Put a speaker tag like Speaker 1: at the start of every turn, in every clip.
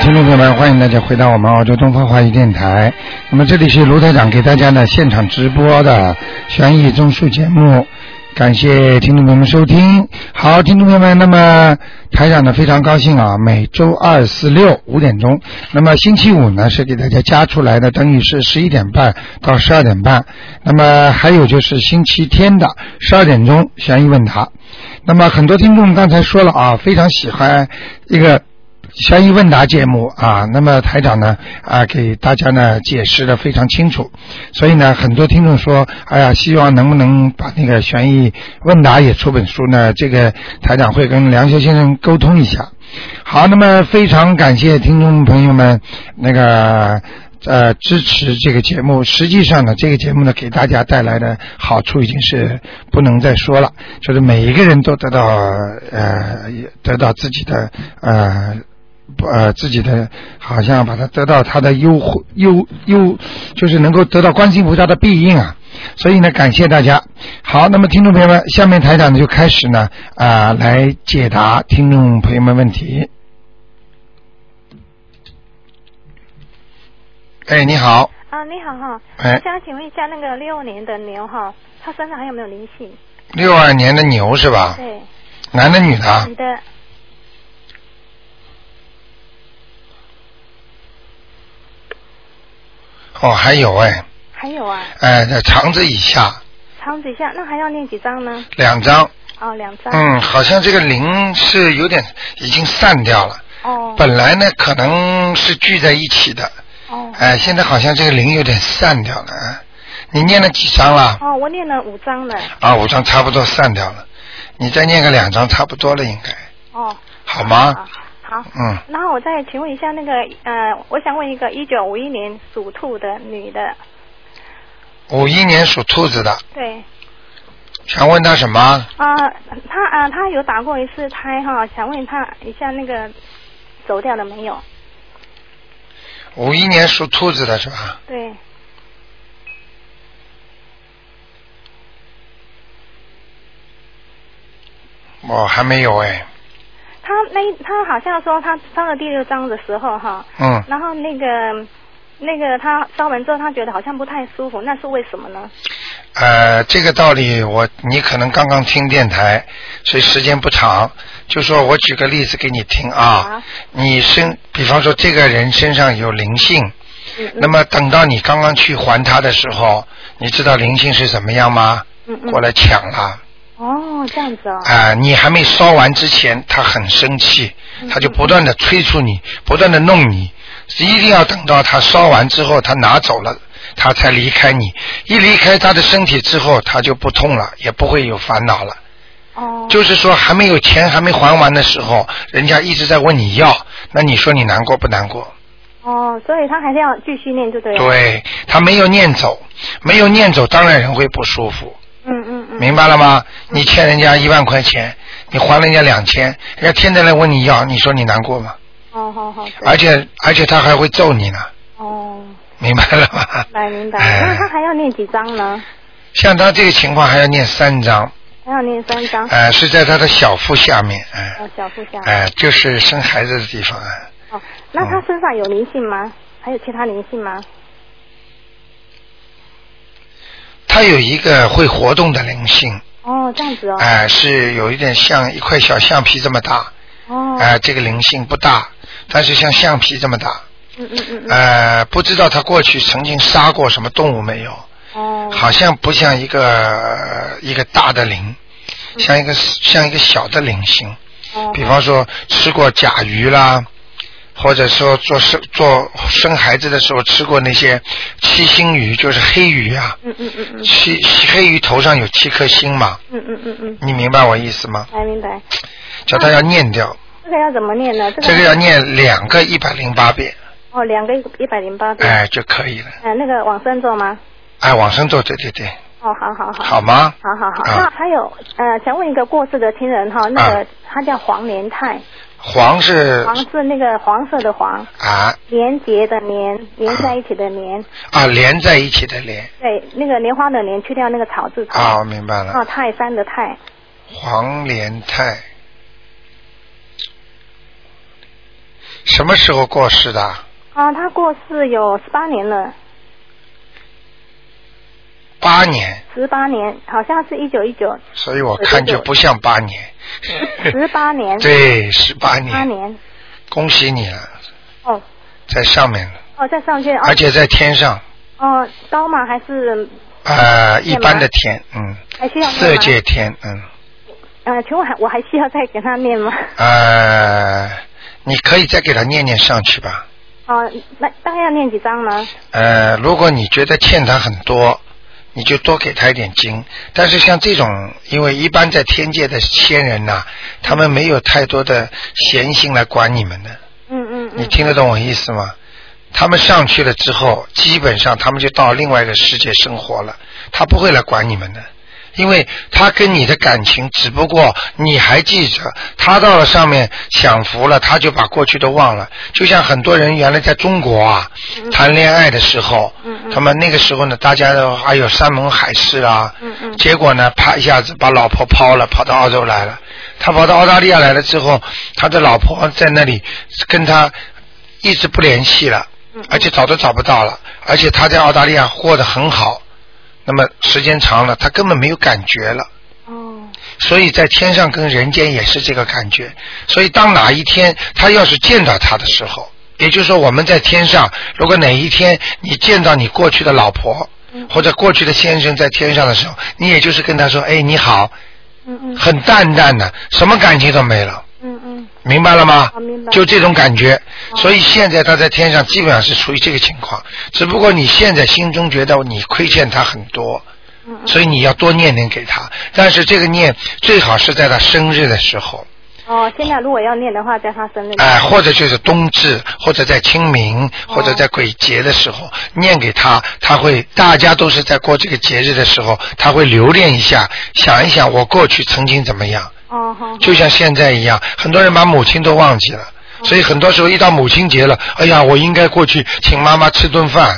Speaker 1: 听众朋友们，欢迎大家回到我们澳洲东方华语电台。那么这里是卢台长给大家呢现场直播的悬疑综述节目，感谢听众朋友们收听。好，听众朋友们，那么台长呢非常高兴啊，每周二、四、六五点钟，那么星期五呢是给大家加出来的，等于是十一点半到十二点半。那么还有就是星期天的十二点钟悬疑问答。那么很多听众刚才说了啊，非常喜欢一个悬疑问答节目啊。那么台长呢啊，给大家呢解释的非常清楚，所以呢，很多听众说，哎呀，希望能不能把那个悬疑问答也出本书呢？这个台长会跟梁修先生沟通一下。好，那么非常感谢听众朋友们那个呃支持这个节目。实际上呢，这个节目呢给大家带来的好处已经是不能再说了，就是每一个人都得到呃也得到自己的呃。不呃，自己的好像把它得到他的优惠优优，就是能够得到观世音菩萨的庇应啊。所以呢，感谢大家。好，那么听众朋友们，下面台长呢就开始呢啊、来解答听众朋友们问题。哎，你好，
Speaker 2: 啊，你好哈，
Speaker 1: 哎
Speaker 2: 我想请问一下那个六年的牛哈，它身上还有没有灵性？
Speaker 1: 六二年的牛是吧？
Speaker 2: 对，
Speaker 1: 男的女的啊？
Speaker 2: 你的
Speaker 1: 哦，还有哎，
Speaker 2: 还有啊，
Speaker 1: 哎，在肠子以下
Speaker 2: 肠子一下，那还要念几张呢？
Speaker 1: 两张，
Speaker 2: 哦，两张。
Speaker 1: 嗯，好像这个灵是有点已经散掉了。
Speaker 2: 哦
Speaker 1: 本来呢，可能是聚在一起的，
Speaker 2: 哦
Speaker 1: 哎，现在好像这个灵有点散掉了。啊你念了几张了？
Speaker 2: 哦，我念了五张了。
Speaker 1: 啊，五张差不多散掉了，你再念个两张差不多了，应该
Speaker 2: 哦，
Speaker 1: 好吗？
Speaker 2: 啊好。
Speaker 1: 嗯，
Speaker 2: 然后我再请问一下那个呃，我想问一个一九五一年属兔的女的，
Speaker 1: 五一年属兔子的，
Speaker 2: 对，
Speaker 1: 想问他什么？
Speaker 2: 啊、她啊、她有打过一次胎哈，想问她一下那个走掉了没有？
Speaker 1: 五一年属兔子的是吧？
Speaker 2: 对，
Speaker 1: 我、还没有哎，
Speaker 2: 她那她好像说她烧了第六章的时候哈，
Speaker 1: 嗯，
Speaker 2: 然后那个那个他烧完之后，他觉得好像不太舒服，那是为什么呢？
Speaker 1: 呃，这个道理我你可能刚刚听电台，所以时间不长，就说我举个例子给你听啊
Speaker 2: 啊，
Speaker 1: 你身比方说这个人身上有灵性，
Speaker 2: 嗯嗯
Speaker 1: 那么等到你刚刚去还他的时候，你知道灵性是怎么样吗？
Speaker 2: 嗯嗯
Speaker 1: 过来抢了。
Speaker 2: 哦，这样子哦，
Speaker 1: 啊、你还没烧完之前，他很生气，
Speaker 3: 嗯
Speaker 2: 嗯
Speaker 1: 他就不断的催促你，不断的弄你，一定要等到他烧完之后，他拿走了，他才离开你。一离开他的身体之后，他就不痛了，也不会有烦恼了。
Speaker 2: 哦，
Speaker 1: 就是说，还没有钱还没还完的时候，人家一直在问你要，那你说你难过不难过？
Speaker 2: 哦，所以他还是要继续念，就对了。，
Speaker 1: 对他没有念走，没有念走，当然人会不舒服。
Speaker 2: 嗯嗯嗯，
Speaker 1: 明白了吗？你欠人家一万块钱，你还人家两千，人家天天来问你要，你说你难过吗？
Speaker 2: 哦，好好，对
Speaker 1: 而且而且他还会揍你呢，
Speaker 2: 哦，
Speaker 1: 明白了吗？
Speaker 2: 明白明白。
Speaker 1: 哎
Speaker 2: 那他还要念几张呢？
Speaker 1: 像他这个情况还要念三章，
Speaker 2: 还要念三张。
Speaker 1: 呃，是在他的小腹下面，哎、
Speaker 2: 哦，小腹下。
Speaker 1: 哎、就是生孩子的地方啊。哎
Speaker 2: 哦，那他身上有灵性
Speaker 1: 嗯
Speaker 2: 吗？还有其他灵性吗？
Speaker 1: 他有一个会活动的灵性，
Speaker 2: 哦，这样子哦。
Speaker 1: 哎、是有一点像一块小橡皮这么大，
Speaker 2: 哦
Speaker 1: 哎、。这个灵性不大，但是像橡皮这么大，
Speaker 2: 嗯嗯嗯嗯。
Speaker 1: 呃，不知道他过去曾经杀过什么动物没有？
Speaker 2: 哦。
Speaker 1: 好像不像一个一个大的灵，像一个像一个小的灵性。
Speaker 2: 嗯哦。
Speaker 1: 比方说吃过甲鱼啦，或者说做生做生孩子的时候吃过那些七星鱼，就是黑鱼啊。
Speaker 2: 嗯嗯嗯嗯
Speaker 1: 七黑鱼头上有七颗星嘛，
Speaker 2: 嗯嗯嗯嗯，
Speaker 1: 你明白我意思吗？
Speaker 2: 来明白。
Speaker 1: 叫他要念掉，
Speaker 2: 这个要怎么念呢？这个
Speaker 1: 这个要念两个一百零八遍，
Speaker 2: 哦，两个一百零八遍。
Speaker 1: 哎就可以了。
Speaker 2: 呃，那个往生咒吗？
Speaker 1: 哎，往生咒，对对对，
Speaker 2: 哦，好好好。
Speaker 1: 好吗？
Speaker 2: 好好好，那
Speaker 1: 啊，
Speaker 2: 还有呃，想问一个过世的亲人哈，那个、他叫黄连泰，
Speaker 1: 黄是
Speaker 2: 黄是那个黄色的黄，
Speaker 1: 啊
Speaker 2: 连结的连，连在一起的连，
Speaker 1: 啊连在一起的连
Speaker 2: 对，那个莲花的莲去掉那个草字头，
Speaker 1: 啊，我明白了。
Speaker 2: 哦，泰山的泰，
Speaker 1: 黄连泰，什么时候过世的？
Speaker 2: 啊，他过世有十八年了，
Speaker 1: 八年，
Speaker 2: 十八年，好像是一九一九
Speaker 1: 所以我看就不像八年。
Speaker 2: 十八 年，
Speaker 1: 对，十八
Speaker 2: 嗯八
Speaker 1: 年，
Speaker 2: 年，
Speaker 1: 恭喜你了，
Speaker 2: 哦
Speaker 1: 在上面了，
Speaker 2: 哦，在上去，哦
Speaker 1: 而且在天上，
Speaker 2: 哦高吗？还是
Speaker 1: 呃，一
Speaker 2: 吗
Speaker 1: 般的天，嗯，
Speaker 2: 还需要念
Speaker 1: 色
Speaker 2: 吗？
Speaker 1: 界天，嗯，
Speaker 2: 呃，请问还我还需要再给他 念吗？
Speaker 1: 呃，你可以再给他念念上去吧。
Speaker 2: 哦，那大概要念几张呢？
Speaker 1: 呃，如果你觉得欠他很多，你就多给他一点经。但是像这种，因为一般在天界的仙人呐、他们没有太多的闲心来管你们的。
Speaker 2: 嗯嗯
Speaker 1: 你
Speaker 2: 嗯，
Speaker 1: 听得懂我意思吗？他们上去了之后，基本上他们就到另外一个世界生活了，他不会来管你们的，因为他跟你的感情，只不过你还记着，他到了上面享福了，他就把过去都忘了。就像很多人原来在中国啊
Speaker 2: 嗯
Speaker 1: 谈恋爱的时候
Speaker 2: 嗯，嗯
Speaker 1: 他们那个时候呢，大家都还有山盟海誓啊，
Speaker 2: 嗯嗯
Speaker 1: 结果呢，啪一下子把老婆抛了，跑到澳洲来了。他跑到澳大利亚来了之后，他的老婆在那里跟他一直不联系了，
Speaker 2: 嗯
Speaker 1: 而且找都找不到了，而且他在澳大利亚过得很好。那么时间长了，他根本没有感觉了。
Speaker 2: 哦，
Speaker 1: 所以在天上跟人间也是这个感觉。所以当哪一天他要是见到他的时候，也就是说我们在天上，如果哪一天你见到你过去的老婆
Speaker 2: 嗯
Speaker 1: 或者过去的先生在天上的时候，你也就是跟他说：“哎，你好。
Speaker 2: 嗯”嗯
Speaker 1: 很淡淡的，什么感情都没了，
Speaker 2: 嗯嗯，
Speaker 1: 明白了吗
Speaker 2: 好？明白啊
Speaker 1: 就这种感觉。所以现在他在天上基本上是处于这个情况，只不过你现在心中觉得你亏欠他很多，
Speaker 2: 嗯嗯，
Speaker 1: 所以你要多念念给他，但是这个念最好是在他生日的时候，
Speaker 2: 哦，现在如果要念的话，在他生日，
Speaker 1: 哎、或者就是冬至，或者在清明，或
Speaker 2: 哦
Speaker 1: 者在鬼节的时候念给他，他会大家都是在过这个节日的时候，他会留恋一下，想一想我过去曾经怎么样，
Speaker 2: 哦好，
Speaker 1: 就像现在一样，很多人把母亲都忘记了，
Speaker 2: 哦
Speaker 1: 所以很多时候一到母亲节了，哎呀，我应该过去请妈妈吃顿饭，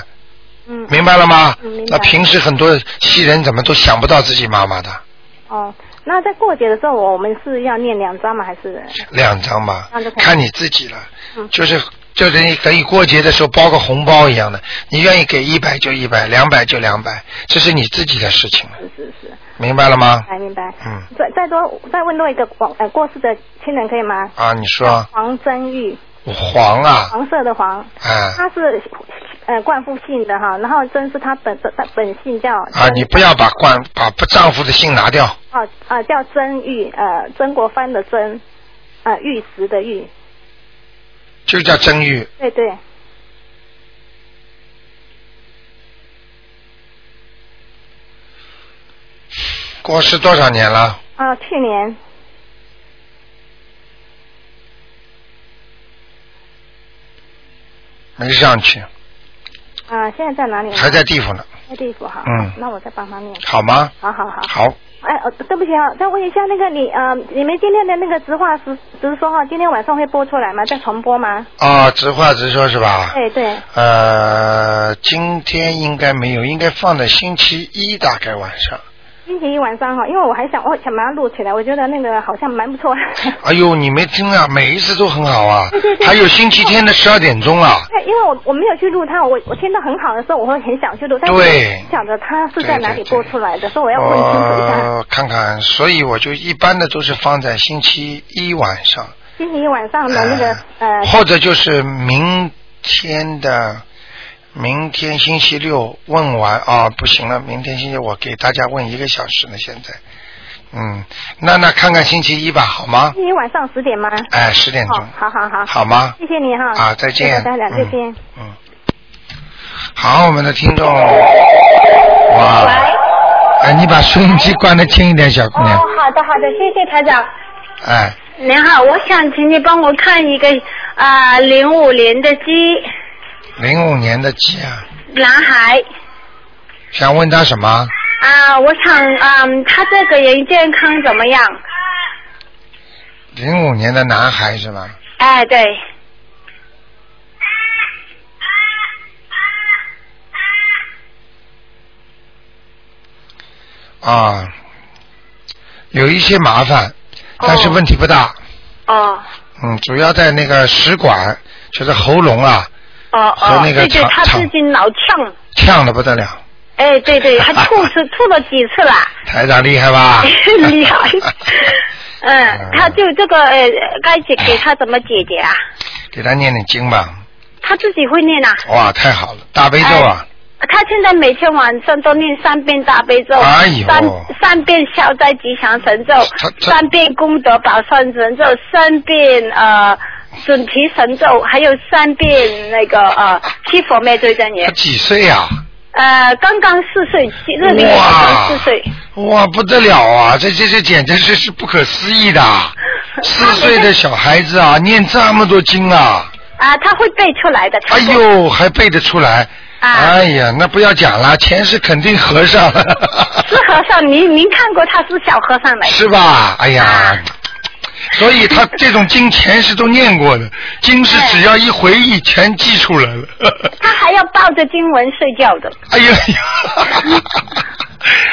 Speaker 2: 嗯，
Speaker 1: 明白了吗
Speaker 2: 嗯明白？
Speaker 1: 那平时很多西人怎么都想不到自己妈妈的，
Speaker 2: 哦，那在过节的时候，我们是要念两张吗？还是
Speaker 1: 两张吧
Speaker 2: 那就可，以
Speaker 1: 看你自己了。
Speaker 2: 嗯
Speaker 1: 就是就等于等于过节的时候包个红包一样的，你愿意给一百就一百，两百就两百，这是你自己的事情了，
Speaker 2: 是是是，
Speaker 1: 明白了吗？
Speaker 2: 哎，明白。
Speaker 1: 嗯，
Speaker 2: 再再多再问多一个过呃过世的亲人可以吗？
Speaker 1: 啊，你说
Speaker 2: 黄真玉，
Speaker 1: 黄啊，
Speaker 2: 黄色的黄，
Speaker 1: 哎
Speaker 2: 他是呃冠夫姓的哈，然后真是他本本本姓叫
Speaker 1: 啊，
Speaker 2: 曾
Speaker 1: 你不要把冠把不丈夫的姓拿掉，
Speaker 2: 哦啊叫曾玉呃曾国藩的曾，呃玉石的玉，
Speaker 1: 就叫曾玉，
Speaker 2: 对对，
Speaker 1: 过世多少年了？
Speaker 2: 啊去年
Speaker 1: 没上去，
Speaker 2: 啊现在在哪里呢？
Speaker 1: 还在地府呢，
Speaker 2: 在地府哈，
Speaker 1: 嗯
Speaker 2: 那我再帮他念，
Speaker 1: 好吗？
Speaker 2: 好好好。
Speaker 1: 好，
Speaker 2: 哎，呃对不起啊，再问一下那个你呃，你们今天的那个直话直直说哈，今天晚上会播出来吗？再重播吗？
Speaker 1: 啊，直话直说，是吧？
Speaker 2: 对对，
Speaker 1: 呃，今天应该没有，应该放在星期一大概晚上。
Speaker 2: 星期一晚上哈，因为我还想我哦想把它录起来，我觉得那个好像蛮不错。
Speaker 1: 哎呦，你没听啊？每一次都很好啊
Speaker 2: 对对，对
Speaker 1: 还有星期天的十二点钟啊。
Speaker 2: 对，因为我我没有去录它，我我听到很好的时候，我会很想去录，但是
Speaker 1: 对
Speaker 2: 我不晓得它是在哪
Speaker 1: 对对
Speaker 2: 里
Speaker 1: 对
Speaker 2: 播出来的，所以我要问清楚一下。
Speaker 1: 我哦看看，所以我就一般的都是放在星期一晚上，
Speaker 2: 星期一晚上的那个呃
Speaker 1: 呃，或者就是明天的，明天星期六问完啊、不行了，明天星期我给大家问一个小时呢，现在，嗯，那那看看星期一吧，好吗？
Speaker 2: 星期一晚上十点吗？
Speaker 1: 哎，十点钟
Speaker 2: 哦，，好好好，
Speaker 1: 好吗？
Speaker 2: 谢谢你哈。
Speaker 1: 啊，再见。
Speaker 2: 大家再见。
Speaker 1: 嗯。嗯。好，我们的听众，哇，哎，你把收音机关的轻一点，小姑
Speaker 3: 哦
Speaker 1: 娘，，
Speaker 3: 好的好的，谢谢台长。
Speaker 1: 哎，
Speaker 3: 您好，我想请你帮我看一个啊，零、5五年的鸡
Speaker 1: 零五年的鸡啊，
Speaker 3: 男孩
Speaker 1: 想问他什么？
Speaker 3: 啊、我想嗯，他这个人健康怎么样？
Speaker 1: 零五年的男孩是吧？
Speaker 3: 哎，对，
Speaker 1: 啊，有一些麻烦，
Speaker 3: 哦
Speaker 1: 但是问题不大，
Speaker 3: 哦
Speaker 1: 嗯，主要在那个食管，就是喉咙啊
Speaker 3: 哦
Speaker 1: 和
Speaker 3: 哦，
Speaker 1: 那个
Speaker 3: 对对，
Speaker 1: 肠
Speaker 3: 他
Speaker 1: 肠
Speaker 3: 自己老呛，
Speaker 1: 呛的不得了，
Speaker 3: 哎，对对， 还吐是吐了几次了。？
Speaker 1: 台长厉害吧。
Speaker 3: 厉害嗯，他就这个呃，该给给他怎么解决啊？
Speaker 1: 给他念念经吧，
Speaker 3: 他自己会念啊。
Speaker 1: 哇，太好了，大悲咒啊，
Speaker 3: 哎他现在每天晚上都念三遍大悲咒，
Speaker 1: 哎呦
Speaker 3: 三三遍消灾吉祥神咒
Speaker 1: 他，他
Speaker 3: 三遍功德宝山神咒，三遍呃准提神咒，还有三遍那个呃七佛灭罪真
Speaker 1: 他
Speaker 3: 言。
Speaker 1: 几岁啊？
Speaker 3: 呃，刚刚四岁，七日历刚
Speaker 1: 哇
Speaker 3: 刚四岁。
Speaker 1: 哇，不得了啊！这这这简直是是不可思议的，啊 四岁的小孩子啊，念这么多经啊，
Speaker 3: 啊，他会背出来的。他
Speaker 1: 哎
Speaker 3: 说
Speaker 1: 呦，还背得出来。
Speaker 3: 啊
Speaker 1: 哎呀，那不要讲了，前世肯定和 尚，
Speaker 3: 是和尚，您您看过他是小和尚来的
Speaker 1: 是吧？哎呀，
Speaker 3: 啊
Speaker 1: 所以他这种经前世都念过的，经是只要一回忆，全记出来了。
Speaker 3: 他还要抱着经文睡觉的。
Speaker 1: 哎呀，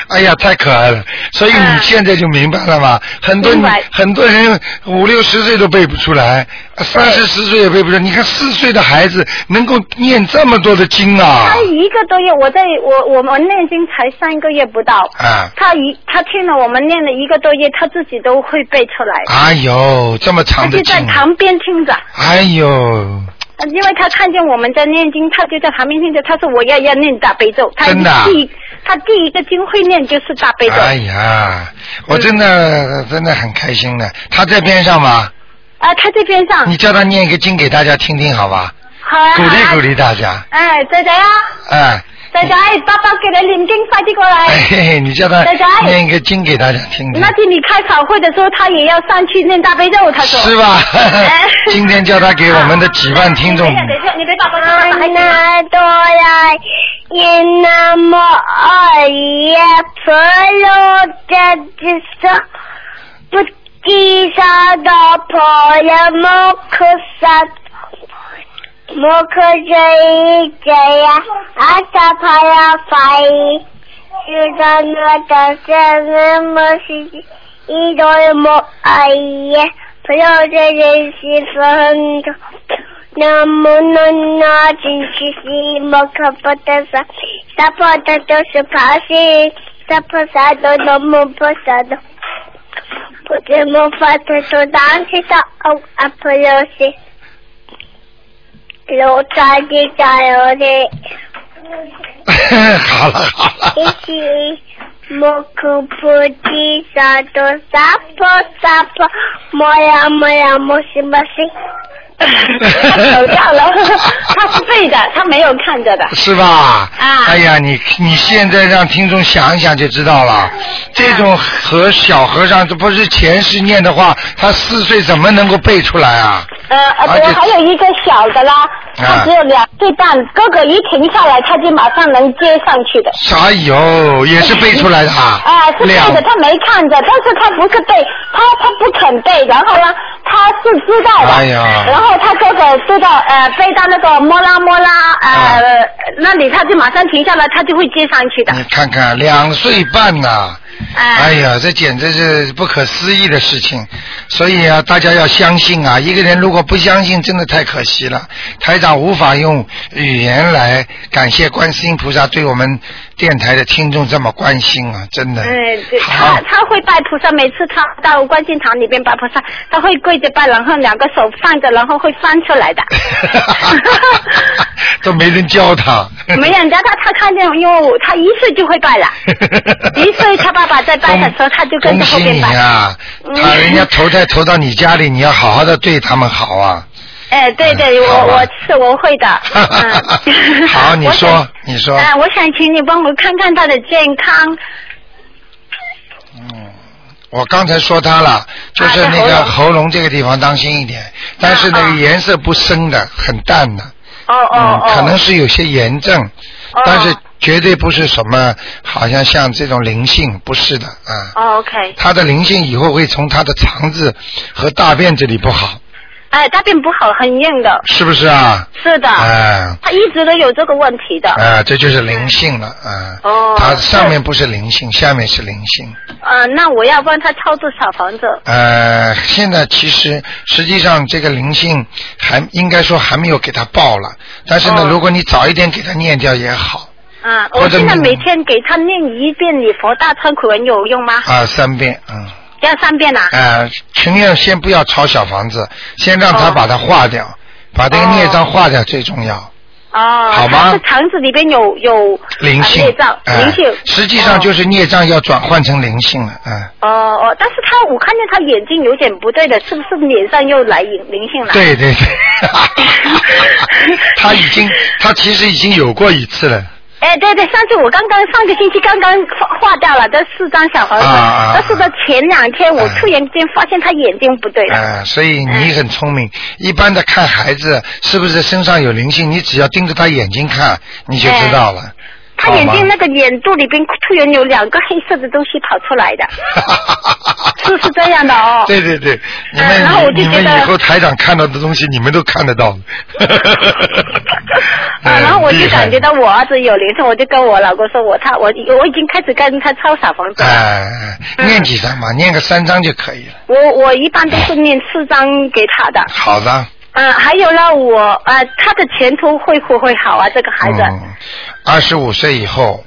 Speaker 1: 哎呀，太可爱了！所以你
Speaker 3: 嗯
Speaker 1: 现在就明白了吧？很多
Speaker 3: 明白
Speaker 1: 很多人五六十岁都背不出来，三十十岁也背不出来。你看四岁的孩子能够念这么多的经啊
Speaker 3: 他！一个多月，我在我我们念经才三个月不到，
Speaker 1: 啊，
Speaker 3: 他一他听了我们念了一个多月，他自己都会背出来。
Speaker 1: 哎呦，这么
Speaker 3: 他
Speaker 1: 长的
Speaker 3: 就在
Speaker 1: 经，啊
Speaker 3: 旁边听着，
Speaker 1: 哎呦，
Speaker 3: 呃因为他看见我们在念经，他就在旁边听着。他说我要要念大悲咒，他
Speaker 1: 真的啊
Speaker 3: 第一他第一个经会念就是大悲咒。
Speaker 1: 哎呀，
Speaker 3: 嗯
Speaker 1: 我真的真的很开心的。他在边上吗？
Speaker 3: 啊，他这边上
Speaker 1: 你叫他念一个经给大家听听，好吧？
Speaker 3: 好啊，
Speaker 1: 鼓励
Speaker 3: 好啊
Speaker 1: 鼓。励大家，
Speaker 3: 哎，仔仔啊，
Speaker 1: 哎。
Speaker 3: 仔仔，爸爸给你念经，快点过来。
Speaker 1: 哎嗯嘿嘿，你叫他
Speaker 3: 仔仔
Speaker 1: 念一个经给大家听听
Speaker 3: 那，天你开法会的时候，他也要上去念大悲咒，他说。
Speaker 1: 是吧？
Speaker 3: 哎
Speaker 1: 今天叫他给我们的几万听众
Speaker 3: 等一，下，等一下，你别打包，
Speaker 4: 那哆啦耶那么二耶婆罗的之上，不地上的婆呀摩诃萨。摩诃这这呀，阿萨帕呀法伊，是的那的这那么是一朵摩哎耶，不要这人是分的。那么那那真是西摩诃波特萨，萨婆的都是帕西，萨婆萨多那么婆萨多。不知魔法的手当起的哦，阿婆罗西。楼上的加油的，
Speaker 1: 好了好
Speaker 4: 一
Speaker 1: 了，
Speaker 3: 哎
Speaker 4: 起莫可不提萨多萨婆萨婆，莫呀莫呀莫西莫西，
Speaker 3: 他走掉了，他是背的，他没有看着的。
Speaker 1: 是吧？
Speaker 3: 啊
Speaker 1: 哎呀，你你现在让听众想一想就知道
Speaker 3: 啊
Speaker 1: 了，这种和小和尚这不是前世念的话，他四岁怎么能够背出来啊？
Speaker 3: 呃，呃
Speaker 1: 而且
Speaker 3: 对，还有一个小的啦，他只有两岁半，哥哥一停下来，他就马上能接上去的。
Speaker 1: 哎呦，也是背出来的啊！
Speaker 3: 啊、是背
Speaker 1: 两
Speaker 3: 的，他没看着，但是他不是背，他他不肯背，然后呢，他是知道的，
Speaker 1: 哎呀
Speaker 3: 然后他哥哥知道，呃，背到那个摩拉摩拉，呃，那里他就马上停下来，他就会接上去的。
Speaker 1: 你嗯看看，两岁半呐、
Speaker 3: 哎
Speaker 1: 哎呀，这简直是不可思议的事情。所以啊，大家要相信啊，一个人如果不相信，真的太可惜了。台长无法用语言来感谢观世音菩萨对我们电台的听众这么关心啊，真的。
Speaker 3: 嗯，对，
Speaker 1: 好。
Speaker 3: 他，他会拜菩萨，每次他到观音堂里边拜菩萨，他会跪着拜，然后两个手放着，然后会翻出来的
Speaker 1: 都没人教他。
Speaker 3: 没人家他他看见，因为我他一岁就会拜了，一岁他爸爸在拜的时候，他就跟着后
Speaker 1: 恭喜
Speaker 3: 边
Speaker 1: 你
Speaker 3: 拜。
Speaker 1: 啊！他
Speaker 3: 嗯
Speaker 1: 人家投胎投到你家里，你要好好的对他们好啊。
Speaker 3: 哎，对对，
Speaker 1: 嗯好
Speaker 3: 我
Speaker 1: 吧，
Speaker 3: 我是我会的。嗯
Speaker 1: 好你
Speaker 3: 我想
Speaker 1: 说你说
Speaker 3: 哎、我想请你帮我看看他的健康。
Speaker 1: 我刚才说他了，就是
Speaker 3: 啊
Speaker 1: 那个喉咙这个地方当心一点，但是那个颜色不深的，很淡的，
Speaker 3: 哦啊哦
Speaker 1: 嗯，
Speaker 3: 哦。
Speaker 1: 可能是有些炎症，
Speaker 3: 哦
Speaker 1: 但是绝对不是什么，好像像这种灵性，不是的啊。
Speaker 3: 哦。OK。
Speaker 1: 他的灵性以后会从他的肠子和大便这里不好，
Speaker 3: 哎，大便不好，很硬的。
Speaker 1: 是不是啊？
Speaker 3: 是的，
Speaker 1: 哎
Speaker 3: 他一直都有这个问题的。
Speaker 1: 哎，这就是灵性了啊。
Speaker 3: 哦
Speaker 1: 它上面不是灵性，下面是灵性。
Speaker 3: 呃，那我要帮他操作小房子。
Speaker 1: 呃，现在其实实际上这个灵性还应该说还没有给他报了，但是呢，
Speaker 3: 哦
Speaker 1: 如果你早一点给他念掉也好
Speaker 3: 嗯，
Speaker 1: 或
Speaker 3: 我
Speaker 1: 者
Speaker 3: 现在
Speaker 1: 你
Speaker 3: 每天给他念一遍礼佛大忏悔文有用吗？
Speaker 1: 啊、三遍，嗯，
Speaker 3: 要三遍啊？
Speaker 1: 呃，情愿先不要抄小房子，先让他
Speaker 3: 哦
Speaker 1: 把它化掉，把这个
Speaker 3: 哦
Speaker 1: 孽障化掉最重要。
Speaker 3: 哦，
Speaker 1: 好吗
Speaker 3: 他是肠子里边有有
Speaker 1: 灵性
Speaker 3: 呃、孽障，
Speaker 1: 哎
Speaker 3: 灵性。
Speaker 1: 实际上就是孽障要转换成灵性了，嗯、
Speaker 3: 哦哦，但是他我看见他眼睛有点不对的，是不是脸上又来灵灵性了？
Speaker 1: 对对对， 他已经他其实已经有过一次了，
Speaker 3: 哎，对对，上次我刚刚上个星期刚刚 化化掉了这四张小房子，
Speaker 1: 啊啊啊
Speaker 3: 但是呢，前两天我
Speaker 1: 啊
Speaker 3: 突然间发现他眼睛不对了。
Speaker 1: 啊、所以
Speaker 3: 嗯
Speaker 1: 你很聪明。一般的看孩子是不是身上有灵性，你只要盯着他眼睛看，你就知道了。
Speaker 3: 他眼睛那
Speaker 1: 个，
Speaker 3: 个眼肚里边突然有两个黑色的东西跑出来的，是不是这样的哦
Speaker 1: 对对对，你
Speaker 3: 哎嗯然后我
Speaker 1: 们
Speaker 3: 就
Speaker 1: 你
Speaker 3: 觉
Speaker 1: 们
Speaker 3: 得
Speaker 1: 以后台长看到的东西，你们都看得到。
Speaker 3: 啊，然后我
Speaker 1: 嗯
Speaker 3: 就
Speaker 1: 厉害
Speaker 3: 感觉到我儿子有灵性，我就跟我老公说我他我我已经开始跟他抄小房子了。
Speaker 1: 哎，念几张嘛，念个三张就可以了。
Speaker 3: 我我一般都是念四张给他的，
Speaker 1: 好的，
Speaker 3: 嗯，还有呢，我呃，他的前途会不会好啊？这个孩子、
Speaker 1: 嗯，二十五岁以后，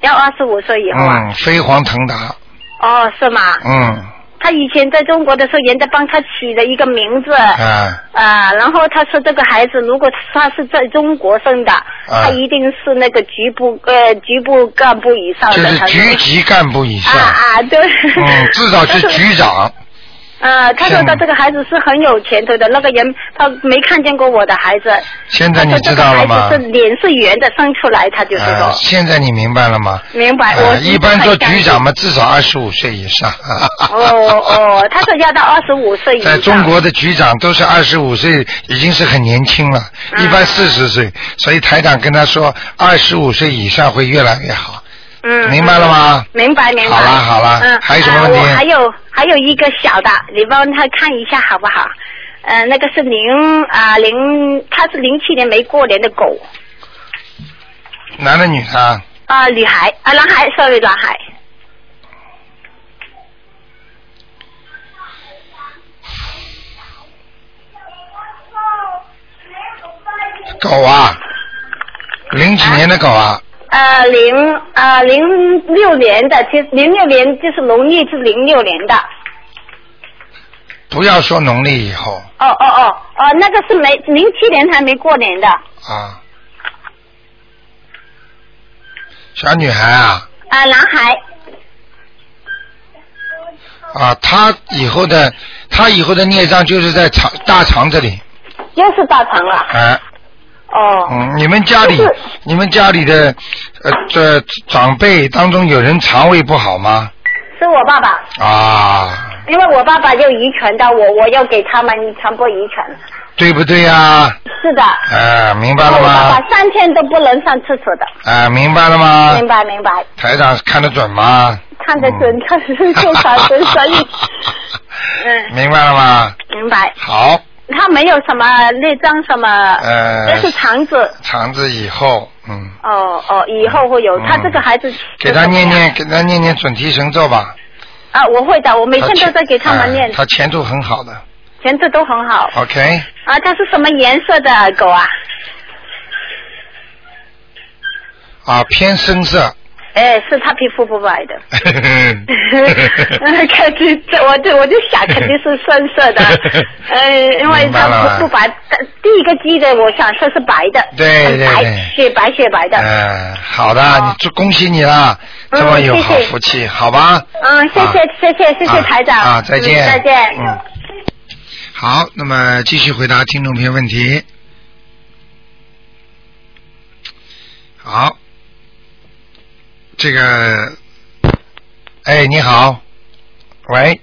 Speaker 3: 要二十五岁以后啊，
Speaker 1: 嗯，飞黄腾达，
Speaker 3: 哦，是吗？
Speaker 1: 嗯，
Speaker 3: 他以前在中国的时候，人家帮他起了一个名字，啊、
Speaker 1: 哎，
Speaker 3: 然后他说这个孩子如果他是在中国生的，
Speaker 1: 哎
Speaker 3: 他一定是那个局部呃局部干部以上的，
Speaker 1: 哎就是
Speaker 3: 他
Speaker 1: 局级干部以上
Speaker 3: 啊，啊，对，
Speaker 1: 嗯，至少 是局长，
Speaker 3: 呃，他说
Speaker 1: 是吗
Speaker 3: 他这个孩子是很有前途的，那个人他没看见过我的孩子。
Speaker 1: 现在
Speaker 3: 他
Speaker 1: 你
Speaker 3: 说
Speaker 1: 知
Speaker 3: 这个
Speaker 1: 道了
Speaker 3: 孩
Speaker 1: 吗
Speaker 3: 子是？脸是圆的，生出来他就是
Speaker 1: 呃，
Speaker 3: 说，
Speaker 1: 现在你明白了吗？
Speaker 3: 明白。我
Speaker 1: 呃，一般做局长
Speaker 3: 嘛。
Speaker 1: 嘛，至少二十五岁以上。
Speaker 3: 哦哦，他说要到二十五岁以上。
Speaker 1: 在中国的局长都是二十五岁，已经是很年轻了，
Speaker 3: 嗯
Speaker 1: 一般四十岁，所以台长跟他说，二十五岁以上会越来越好。
Speaker 3: 嗯，嗯，
Speaker 1: 明白了吗
Speaker 3: 明白明白。
Speaker 1: 好啦好啦
Speaker 3: 嗯，
Speaker 1: 还有什么问题
Speaker 3: 呃我还有还有一个小的，你帮他看一下好不好？呃，那个是零啊、零，他是零七年没过年的狗嗯
Speaker 1: 男的女的啊？
Speaker 3: 啊、女孩啊、男孩，sorry，男孩。
Speaker 1: 狗啊？零几年的狗啊？
Speaker 3: 呃，零呃零六年的，其实零六年就是农历是零六年的。
Speaker 1: 不要说农历以后
Speaker 3: 哦哦哦哦，那个是没零七年还没过年的啊、
Speaker 1: 啊。小女孩啊
Speaker 3: 呃男孩
Speaker 1: 啊，她以后的她以后的孽障就是在肠大肠这里
Speaker 3: 又是大肠了。
Speaker 1: 啊。
Speaker 3: 哦，
Speaker 1: 嗯，你们家里
Speaker 3: 就是
Speaker 1: 你们家里的呃这长辈当中有人肠胃不好吗？
Speaker 3: 是我爸爸，
Speaker 1: 啊，
Speaker 3: 因为我爸爸又遗传到我，我又给他们传播遗传。
Speaker 1: 对不对呀、啊？
Speaker 3: 是的。
Speaker 1: 明白
Speaker 3: 然后
Speaker 1: 了
Speaker 3: 我爸
Speaker 1: 吗？
Speaker 3: 爸三天都不能上厕所的，
Speaker 1: 啊，明白了吗？
Speaker 3: 明白明白，
Speaker 1: 台长看得准吗？
Speaker 3: 嗯
Speaker 1: 嗯
Speaker 3: 看得准，看得准， 看 得准，所以，嗯，
Speaker 1: 明白了吗？
Speaker 3: 明白。
Speaker 1: 好，
Speaker 3: 他没有什么内脏什么，
Speaker 1: 呃
Speaker 3: 这是肠子。
Speaker 1: 肠子以后，嗯，
Speaker 3: 哦哦，以后会有。
Speaker 1: 嗯
Speaker 3: 他这个孩子
Speaker 1: 给他念念，给他念念准提神咒吧。
Speaker 3: 啊，我会的，我每
Speaker 1: 他
Speaker 3: 天
Speaker 1: 前
Speaker 3: 都在给他们
Speaker 1: 哎
Speaker 3: 念，
Speaker 1: 他前途很好的
Speaker 3: 前途都很好。
Speaker 1: ，OK，
Speaker 3: 啊，它是什么颜色的狗啊？
Speaker 1: 啊，偏深色。
Speaker 3: 哎，是他皮肤不 白的。
Speaker 1: 嗯，
Speaker 3: 肯定，这我就我就想肯定是深色的 呃，因为
Speaker 1: 明白了
Speaker 3: 它不不白，第一个鸡的我想说是白的，
Speaker 1: 对
Speaker 3: 很
Speaker 1: 对
Speaker 3: 白
Speaker 1: 对
Speaker 3: 雪白雪白的，
Speaker 1: 嗯，好的，
Speaker 3: 哦
Speaker 1: 你祝恭喜你啦，这么
Speaker 3: 嗯
Speaker 1: 有
Speaker 3: 谢
Speaker 1: 好
Speaker 3: 谢
Speaker 1: 福气，好吧？
Speaker 3: 嗯，谢谢、
Speaker 1: 啊
Speaker 3: 谢谢谢谢台长，
Speaker 1: 啊，啊再见，
Speaker 3: 嗯再见，
Speaker 1: 嗯，好，那么继续回答听众朋友问题。好，这个，哎，你好，喂，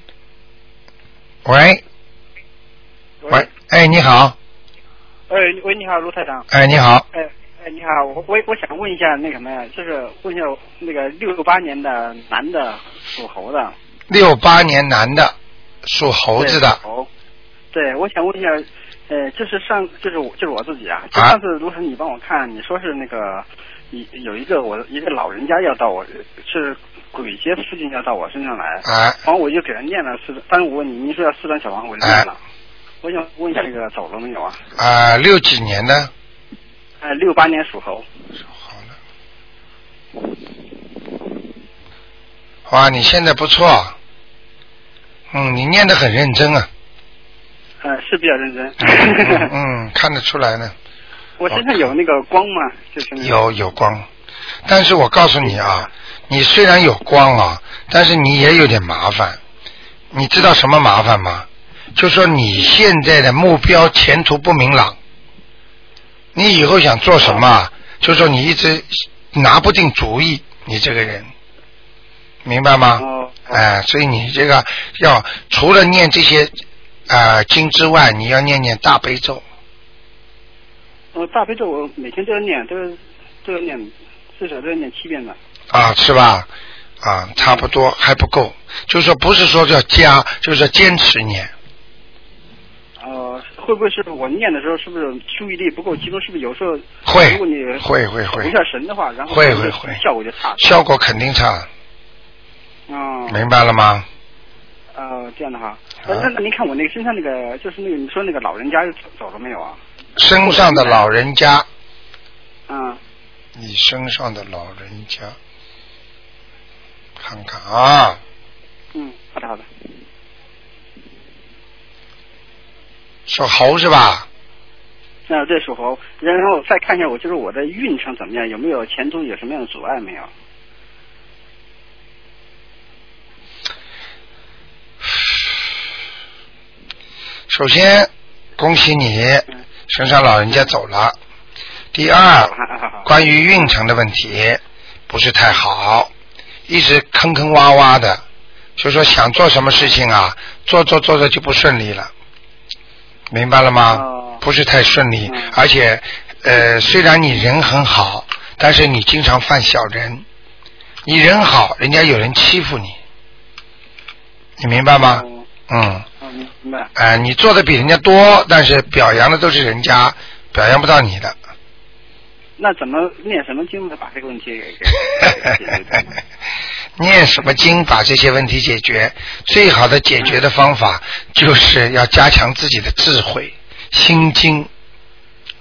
Speaker 1: 喂，喂，哎，你好，
Speaker 5: 呃，喂，你好，卢台长。
Speaker 1: 哎，你好，
Speaker 5: 哎哎，你好，我我我想问一下那个什么呀，就是问一下那个六八年的男的属猴的，
Speaker 1: 六八年男的，属猴子的
Speaker 5: 对，猴。对，我想问一下，呃，就是上就是我就是我自己啊，就
Speaker 1: 啊
Speaker 5: 上次卢晨你帮我看，你说是那个一有一个我的一个老人家要到我是鬼街附近要到我身上来，
Speaker 1: 哎
Speaker 5: 然后我就给他念了四张，但是我问你，您说要四张小房，我就念了。我想问一下，这个走了没有啊？
Speaker 1: 啊，六几年的，
Speaker 5: 呃，六八年属猴。
Speaker 1: 好了。哇，你现在不错，嗯，你念得很认真啊，
Speaker 5: 呃，是比较认真。
Speaker 1: 嗯嗯，看得出来呢，
Speaker 5: 我身上有那个光吗？就是那个
Speaker 1: 有有光，但是我告诉你啊，你虽然有光啊，但是你也有点麻烦，你知道什么麻烦吗？就说你现在的目标前途不明朗，你以后想做什么啊，就说你一直拿不定主意，你这个人，明白吗？
Speaker 5: 哦哦
Speaker 1: 哎，所以你这个要除了念这些啊、呃经之外，你要念念大悲咒。
Speaker 5: 我呃大悲咒我每天都要念，都要都要念，至少都要念七遍的。
Speaker 1: 啊，是吧？啊，差不多还不够，就是说不是说要加，就是说坚持念。
Speaker 5: 呃，会不会是我念的时候，是不是注意力不够集中？是不是有时候
Speaker 1: 会
Speaker 5: 如果你
Speaker 1: 会会会
Speaker 5: 回下神的话，然后
Speaker 1: 会会会
Speaker 5: 效果就差了。
Speaker 1: 效果肯定差，
Speaker 5: 嗯，
Speaker 1: 明白了吗？
Speaker 5: 呃，这样的哈。
Speaker 1: 啊
Speaker 5: 呃那那您看我那个身上那个，就是那个你说那个老人家又走走了没有啊？
Speaker 1: 身上的老人家，
Speaker 5: 嗯，
Speaker 1: 你身上的老人家，看看啊，
Speaker 5: 嗯，好的好的。
Speaker 1: 说猴是吧？
Speaker 5: 那对属猴，然后再看一下我就是我的运程怎么样，有没有前途有什么样的阻碍没有？
Speaker 1: 首先恭喜你
Speaker 5: 嗯
Speaker 1: 身上老人家走了。第
Speaker 5: 好
Speaker 1: 二，
Speaker 5: 好好好。
Speaker 1: 关于运程的问题不是太好，一直坑坑洼洼的，就说想做什么事情啊，做做做着就不顺利了，明白了吗？
Speaker 5: 哦
Speaker 1: 不是太顺利，
Speaker 5: 嗯
Speaker 1: 而且呃，虽然你人很好，但是你经常犯小人，你人好，人家有人欺负你，你明白吗？
Speaker 5: 哦
Speaker 1: 嗯，
Speaker 5: 哦，明明白。
Speaker 1: 哎、你做的比人家多，但是表扬的都是人家，表扬不到你的。
Speaker 5: 那怎么念什么经呢？把这个问题给给给解决掉呢
Speaker 1: 念什么经把这些问题解决？最好的解决的方法就是要加强自己的智慧，心经。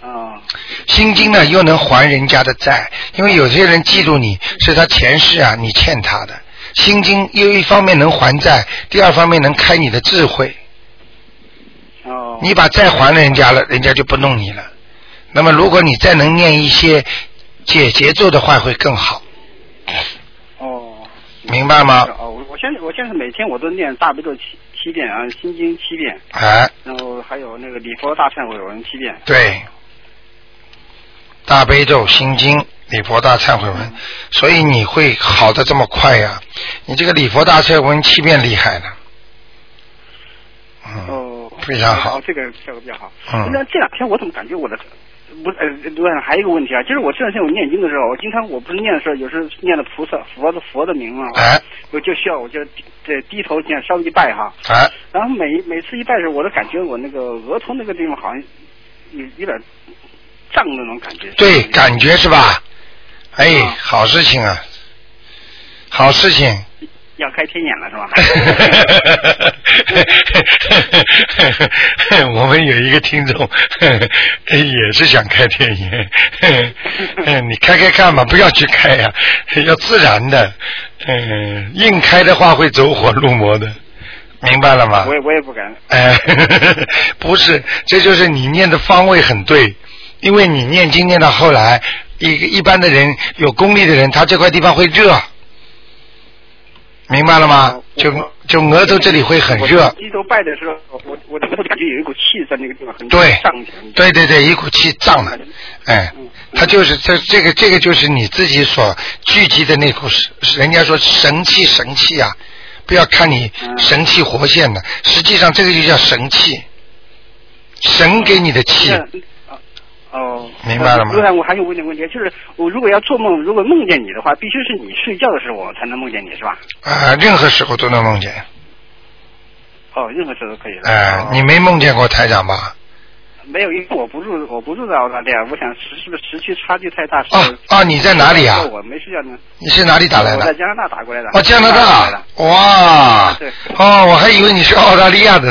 Speaker 5: 啊
Speaker 1: 心经呢，又能还人家的债，因为有些人嫉妒你是他前世啊，你欠他的。心经又一方面能还债，第二方面能开你的智慧。
Speaker 5: 哦，
Speaker 1: 你把债还了人家了，人家就不弄你了。那么如果你再能念一些解节奏的话，会更好，
Speaker 5: 哦。
Speaker 1: 明白吗？
Speaker 5: 哦，我我现在我现在每天我都念大悲咒七七遍啊，心经七遍，
Speaker 1: 哎。
Speaker 5: 然后还有那个礼佛大忏悔文七遍。
Speaker 1: 对，大悲咒、心经、礼佛大忏悔文，所以你会好的这么快呀、你这个礼佛大忏悔文七遍厉害了，嗯，
Speaker 5: 哦，
Speaker 1: 非常好
Speaker 5: 哦这个效果比较好。
Speaker 1: 嗯
Speaker 5: 那这两天我怎么感觉我的不呃对，还有一个问题啊，就是我这两天我念经的时候，我经常我不是念的时候，有时候念的菩萨佛的佛的名啊，
Speaker 1: 哎
Speaker 5: 我就需要我就这低头这样稍微一拜哈，
Speaker 1: 哎，
Speaker 5: 然后每每次一拜的时候，我都感觉我那个额头那个地方好像有有点胀的那种感觉。
Speaker 1: 对，感觉是吧？哎
Speaker 5: 嗯，
Speaker 1: 好事情啊，好事情。
Speaker 5: 要开天眼了是吧
Speaker 1: 我们有一个听众 也是想开天 眼，你开开看吧，不要去开呀、 要自然的。嗯，硬开的话会走火入魔的，明白了吗？
Speaker 5: 我也我也不敢。
Speaker 1: 哎， 不是，这就是你念的方位很对，因为你念经念到后来，一个一般的人有功力的人，他这块地方会热，明白了吗
Speaker 5: 哦？
Speaker 1: 就
Speaker 5: 我
Speaker 1: 就额头这里会很热
Speaker 5: 我，低头拜的时候，我我我感觉有一股气在那个地方很
Speaker 1: 对
Speaker 5: 胀起来。，
Speaker 1: 对对对，一股气胀了，哎
Speaker 5: 嗯，
Speaker 1: 他就是这这个这个就是你自己所聚集的那股，人家说神气神气啊，不要看你
Speaker 5: 嗯
Speaker 1: 神气活现的，实际上这个就叫神气，神给你的气。
Speaker 5: 那。啊哦，
Speaker 1: 明白了吗
Speaker 5: 陆然，我还有问点问题，就是我如果要做梦，如果梦见你的话，必须是你睡觉的时候我才能梦见你，是吧？
Speaker 1: 啊、任何时候都能梦见。
Speaker 5: 哦，任何时候都可以的。
Speaker 1: 哎、
Speaker 5: 哦
Speaker 1: 你没梦见过台长吧？
Speaker 5: 没有，因为我不住，我不住在澳大利亚，我想时是不是时区差距太大？是
Speaker 1: 哦哦你在哪里啊
Speaker 5: 我没睡觉呢。
Speaker 1: 你是哪里打来
Speaker 5: 我在
Speaker 1: 的？
Speaker 5: 加拿大打过来的。
Speaker 1: 哦，加拿
Speaker 5: 打过来
Speaker 1: 大
Speaker 5: 的。，啊
Speaker 1: 哇
Speaker 5: 对，
Speaker 1: 哦，我还以为你是澳大利亚的，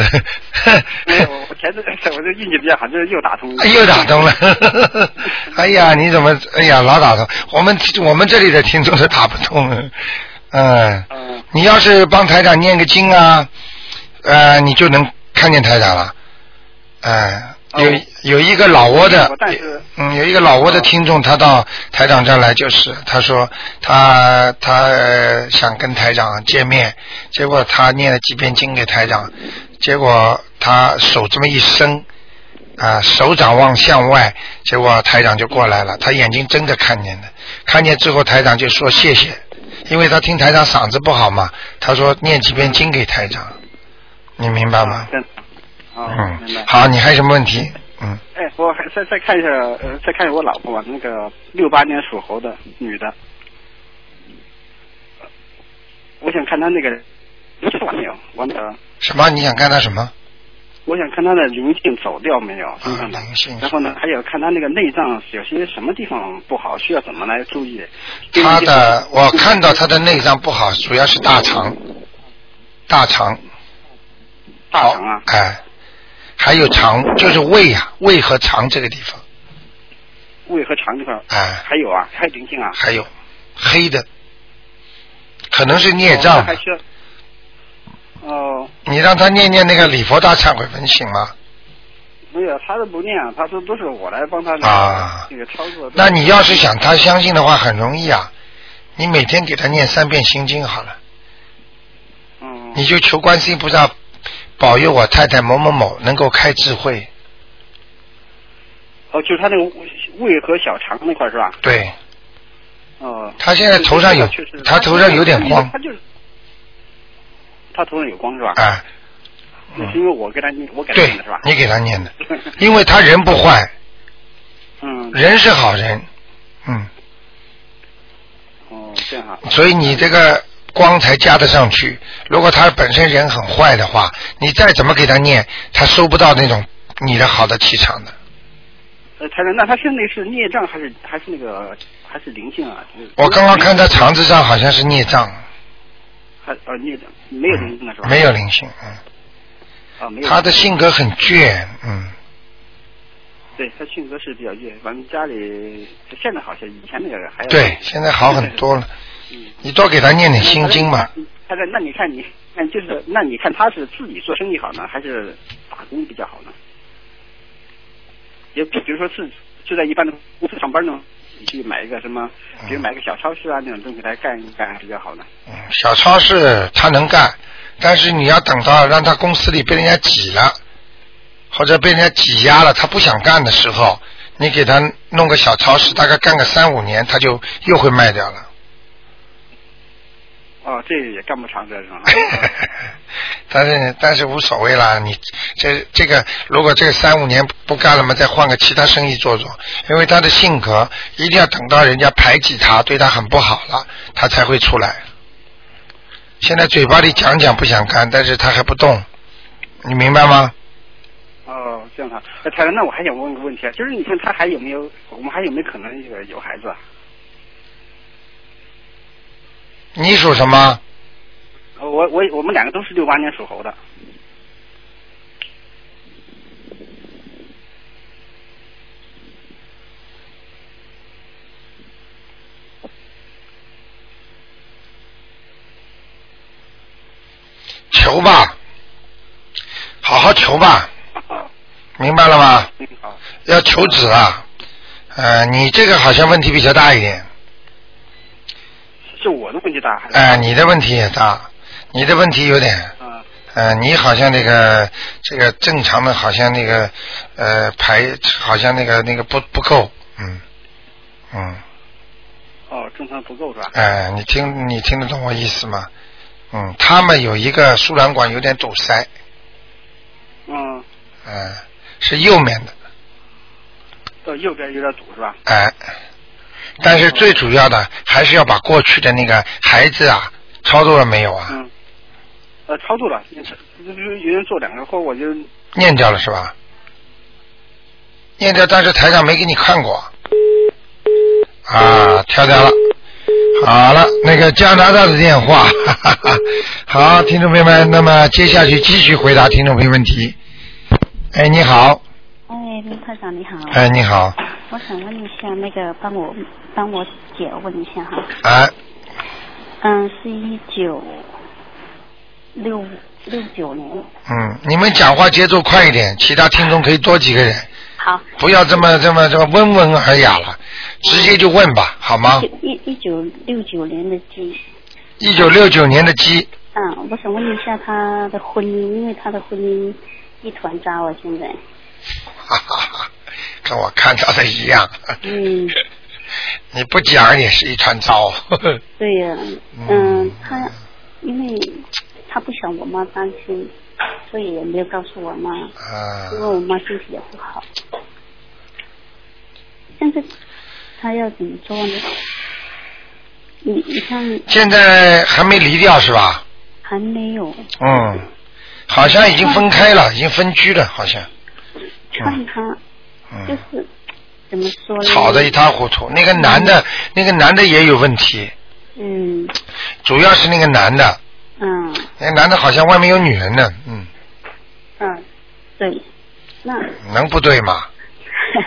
Speaker 5: 没有，我前阵 子我这运气比较好，就是又打通了。
Speaker 1: 啊又打 通了。 哎呀，你怎么，哎呀，老打通，我们我们这里的听众都打不通，嗯，
Speaker 5: 嗯，
Speaker 1: 你要是帮台长念个经啊，呃，你就能看见台长了。哎、
Speaker 5: 哦
Speaker 1: 有有一个老挝的
Speaker 5: 我但是，哦
Speaker 1: 嗯，有一个老挝的听众，他到台长这儿来，就是他说他他、呃想跟台长见面，结果他念了几遍经给台长，结果他手这么一伸，啊，手掌往向外，结果台长就过来了，他眼睛睁着看见的，看见之后台长就说谢谢，因为他听台长嗓子不好嘛，他说念几遍经给台长，你明白吗？
Speaker 5: 真的。哦，明
Speaker 1: 嗯
Speaker 5: 白，。
Speaker 1: 好，你还有什么问题？嗯，
Speaker 5: 哎，我还再再看一下，呃，再看一下我老婆吧，那个六八年属猴的女的，我想看她那个，不是完没有，完了，
Speaker 1: 什么？你想看他什么？
Speaker 5: 我想看她的灵性走掉没有，
Speaker 1: 嗯
Speaker 5: 身上的
Speaker 1: 啊灵性
Speaker 5: 嗯然后呢，还有看她那个内脏有些什么地方不好，需要怎么来注意？
Speaker 1: 他
Speaker 5: 嗯
Speaker 1: 的，我看到
Speaker 5: 她
Speaker 1: 他的内脏不好，主要是大肠，大肠，
Speaker 5: 大肠啊，
Speaker 1: 哎，还有肠，就是胃啊，胃和肠这个地方，
Speaker 5: 胃和肠这块儿，
Speaker 1: 哎，
Speaker 5: 还有啊，还有灵性啊，
Speaker 1: 还有黑的，可能是孽障
Speaker 5: 哦那还
Speaker 1: 吧。
Speaker 5: 需要。哦，
Speaker 1: 你让他念念那个礼佛大忏悔文行吗？
Speaker 5: 没有，他都不念，啊他说都是我来帮他那个
Speaker 1: 啊
Speaker 5: 那个操作。
Speaker 1: 那你要是想他相信的话，很容易啊。你每天给他念三遍心经好了。
Speaker 5: 嗯，
Speaker 1: 你就求观世音菩萨保佑我太太某某某能够开智慧。
Speaker 5: 哦，就是他那个胃和小肠那块是吧？
Speaker 1: 对，
Speaker 5: 哦，
Speaker 1: 他现在头上有
Speaker 5: 确实，
Speaker 1: 他头上有点光
Speaker 5: 他就是他头上有光是吧？
Speaker 1: 啊，
Speaker 5: 那是因为我给他念，我给他
Speaker 1: 对
Speaker 5: 念的是吧，？
Speaker 1: 你给他念的，因为他人不坏，
Speaker 5: 嗯，
Speaker 1: 人是好人，嗯，
Speaker 5: 哦，这样啊，
Speaker 1: 所以你这个光才加得上去。如果他本身人很坏的话，你再怎么给他念，他收不到那种你的好的气场的。
Speaker 5: 呃，台长，那他现在是孽障还是还是那个还是灵性啊？就是
Speaker 1: 我刚刚看他肠子上好像是孽障，
Speaker 5: 还呃孽障没有灵性的是吧？
Speaker 1: 嗯没有灵性，
Speaker 5: 啊，
Speaker 1: 嗯，
Speaker 5: 没有。
Speaker 1: 他的性格很倔，嗯，
Speaker 5: 对他性格是比较倔，反正家里现在好像以前那个还要
Speaker 1: 对，现在好很多了。
Speaker 5: 哎嗯。
Speaker 1: 你多给他念点心经嘛。
Speaker 5: 他在那你看你，那就是那你看他是自己做生意好呢，还是打工比较好呢？也比比如说是就在一般的公司上班呢，你去买一个什么，比如买个小超市啊那种东西来干一干比较好呢？
Speaker 1: 嗯小超市他能干，但是你要等到让他公司里被人家挤了，或者被人家挤压了，他不想干的时候，你给他弄个小超市，大概干个三五年，他就又会卖掉了。
Speaker 5: 哦，这也干不长这 种。
Speaker 1: 但是但是无所谓啦，你这这个如果这三五年不干了嘛，再换个其他生意做做，因为他的性格一定要等到人家排挤他，对他很不好了，他才会出来。现在嘴巴里讲讲不想干，但是他还不动，你明白吗？
Speaker 5: 哦，这样啊。哎，台长，那我还想问个问题啊，就是你看他还有没有，我们还有没有可能有有孩子啊？
Speaker 1: 你属什么？
Speaker 5: 呃我我我们两个都是六八年属猴的。
Speaker 1: 求吧，好好求吧，
Speaker 5: 哦
Speaker 1: 明白了吗？
Speaker 5: 嗯，好。
Speaker 1: 要求子啊，呃，你这个好像问题比较大一点。
Speaker 5: 是我的问题大还是？
Speaker 1: 哎、你的问题也大，你的问题有点，
Speaker 5: 啊
Speaker 1: 呃，你好像那个这个正常的，好像那个呃排，好像那个那个不不够，嗯嗯，
Speaker 5: 哦，正常不够是吧？
Speaker 1: 哎、你听你听得懂我意思吗？嗯，他们有一个输卵管有点堵塞，
Speaker 5: 嗯，
Speaker 1: 嗯、是右面的，
Speaker 5: 到右边有点堵是吧？
Speaker 1: 哎、但是最主要的还是要把过去的那个孩子啊操作了没有啊，
Speaker 5: 嗯，呃，超度了，就是有人做两个，或者我就
Speaker 1: 念掉了是吧？念掉，但是台长没给你看过。啊，跳掉了。好了，那个加拿大的电话， 哈哈哈。好，听众朋友们，那么接下去继续回答听众朋友问题。哎，你好，
Speaker 6: 哎，林科长你好，
Speaker 1: 哎，你好，
Speaker 6: 我想问一下那个，帮我帮我姐问一下哈，
Speaker 1: 哎，
Speaker 6: 嗯，是一九六六九年，
Speaker 1: 嗯，你们讲话节奏快一点，其他听众可以多几个人，
Speaker 6: 好，
Speaker 1: 不要这么这么这么温文尔雅了，直接就问吧，好吗
Speaker 6: 一？九一一九六九年的鸡，
Speaker 1: 一九六九年的鸡，
Speaker 6: 嗯，我想问一下她的婚姻，因为她的婚姻一团糟啊，现在，
Speaker 1: 哈哈哈， 跟我看到的一样，
Speaker 6: 嗯，
Speaker 1: 你不讲也是一团糟， 呵呵
Speaker 6: 对呀、
Speaker 1: 嗯
Speaker 6: 嗯，她因为她不想我妈担心，所以也没有告诉我妈，
Speaker 1: 啊
Speaker 6: 因为我妈身体也不好。但是她要怎么做呢？你你看
Speaker 1: 现在还没离掉是吧？
Speaker 6: 还没有
Speaker 1: 嗯，好像已经分开了，
Speaker 6: 嗯
Speaker 1: 已经分居了，好像，
Speaker 6: 劝她，就
Speaker 1: 嗯，
Speaker 6: 是怎么说呢？
Speaker 1: 吵得一塌糊涂。那个男的，那个男的也有问题，
Speaker 6: 嗯
Speaker 1: 主要是那个男的，
Speaker 6: 嗯
Speaker 1: 那个男的好像外面有女人呢，嗯，
Speaker 6: 嗯，对，那
Speaker 1: 能不对吗？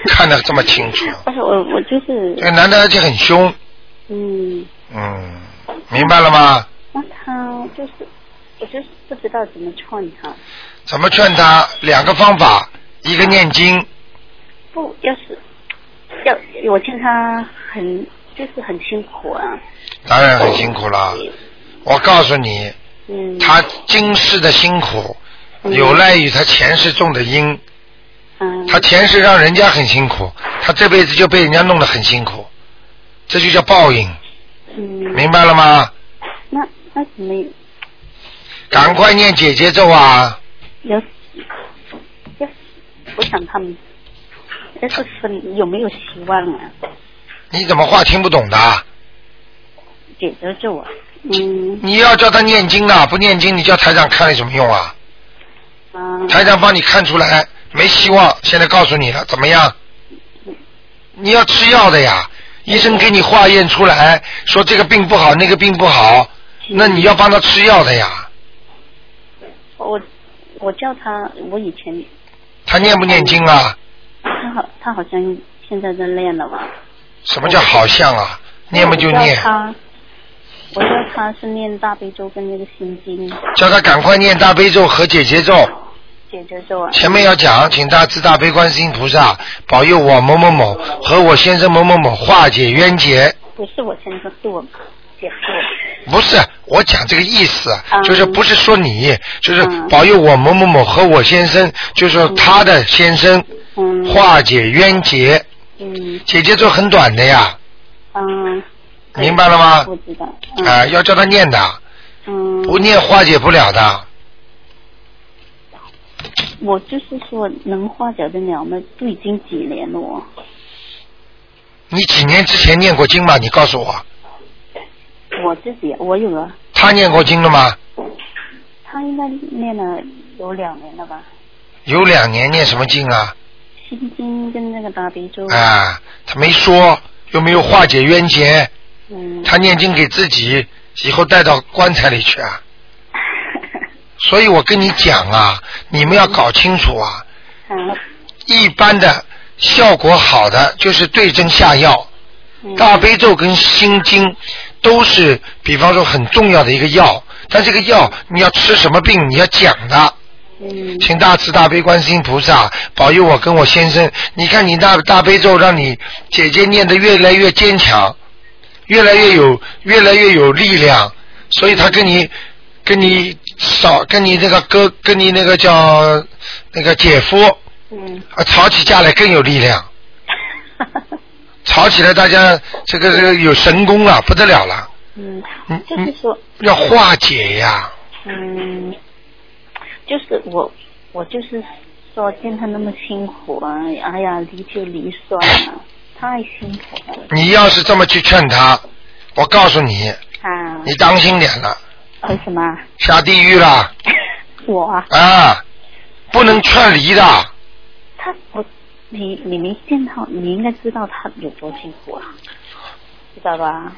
Speaker 1: 看得这么清楚，
Speaker 6: 但是我我就是
Speaker 1: 这个男的而且很凶，
Speaker 6: 嗯，
Speaker 1: 嗯，明白了吗？
Speaker 6: 那她就是我就是不知道怎么劝她。
Speaker 1: 怎么劝他？两个方法，一个念经，
Speaker 6: 不，要是要我见他很就是很辛苦啊，
Speaker 1: 当然很辛苦了。我告诉你，
Speaker 6: 嗯，
Speaker 1: 他今世的辛苦，有赖于他前世种的因。
Speaker 6: 嗯，
Speaker 1: 他前世让人家很辛苦，他这辈子就被人家弄得很辛苦，这就叫报应，
Speaker 6: 嗯，
Speaker 1: 明白了吗？
Speaker 6: 那那怎么
Speaker 1: 赶快念姐姐咒啊！
Speaker 6: 要要？我想他们要是分有没有希望啊？
Speaker 1: 你怎么话听不懂的？
Speaker 6: 解决着我，嗯
Speaker 1: 你要叫他念经的，不念经你叫台长看有什么用啊？
Speaker 6: 啊，
Speaker 1: 台长帮你看出来没希望，现在告诉你了，怎么样？你要吃药的呀，医生给你化验出来说这个病不好，那个病不好，那你要帮他吃药的呀。
Speaker 6: 我我叫他，我以前
Speaker 1: 他念不念经啊？
Speaker 6: 他好他好像现在在练了吧？
Speaker 1: 什么叫好像啊？念不就
Speaker 6: 我
Speaker 1: 念
Speaker 6: 叫。他，我叫他是念大悲咒跟那个心经
Speaker 1: 叫他赶快念大悲咒和解结咒。
Speaker 6: 解决咒啊。
Speaker 1: 前面要讲，请大慈大悲观世音菩萨保佑我某某某和我先生某某某化解冤结。
Speaker 6: 不是我先生，是我姐夫。啊
Speaker 1: 不是，我讲这个意思，啊
Speaker 6: 嗯
Speaker 1: 就是不是说你，就是
Speaker 6: 嗯
Speaker 1: 保佑我某某某和我先生，就是说他的先生
Speaker 6: 嗯。
Speaker 1: 化解冤结。
Speaker 6: 嗯
Speaker 1: 姐姐咒很短的呀，
Speaker 6: 嗯。
Speaker 1: 明白了吗？
Speaker 6: 我知道。
Speaker 1: 啊、
Speaker 6: 嗯。
Speaker 1: 要叫他念的，
Speaker 6: 嗯。
Speaker 1: 不念化解不了的。
Speaker 6: 我就是说，能化解得了吗？都已经几年了哦，
Speaker 1: 你几年之前念过经吗？你告诉我，
Speaker 6: 我自己我有了，
Speaker 1: 他念过经了吗？
Speaker 6: 他应该念了有两年了吧？
Speaker 1: 有两年念什么经啊？
Speaker 6: 心经跟那个大悲咒。。
Speaker 1: 啊，他没说有没有化解冤结，
Speaker 6: 嗯。
Speaker 1: 他念经给自己，以后带到棺材里去啊。所以我跟你讲啊，你们要搞清楚啊，
Speaker 6: 嗯。
Speaker 1: 一般的效果好的就是对症下药，
Speaker 6: 嗯
Speaker 1: 大。悲咒跟心经都是，比方说很重要的一个药，但这个药你要吃什么病你要讲的。
Speaker 6: 嗯。
Speaker 1: 请大慈大悲观世音菩萨保佑我跟我先生。你看你大大悲咒，让你姐姐念得越来越坚强，越来越有越来越有力量，所以他跟你跟你嫂跟你那个哥跟你那个叫那个姐夫
Speaker 6: 嗯。
Speaker 1: 啊吵起架来更有力量，吵起来大家这个这个有神功了，不得了了，
Speaker 6: 嗯
Speaker 1: 嗯，
Speaker 6: 就是说，
Speaker 1: 要化解呀。
Speaker 6: 嗯，就是我，我就是说见他那么辛苦啊，哎呀，离就离算了，太辛苦了
Speaker 1: 你要是这么去劝他，我告诉你，
Speaker 6: 啊！
Speaker 1: 你当心点了，
Speaker 6: 为呃什么？啊
Speaker 1: 下地狱了。
Speaker 6: 我啊，
Speaker 1: 啊，不能劝离的，
Speaker 6: 他我你你没见到，你应该知道他有多辛苦啊，知道吧？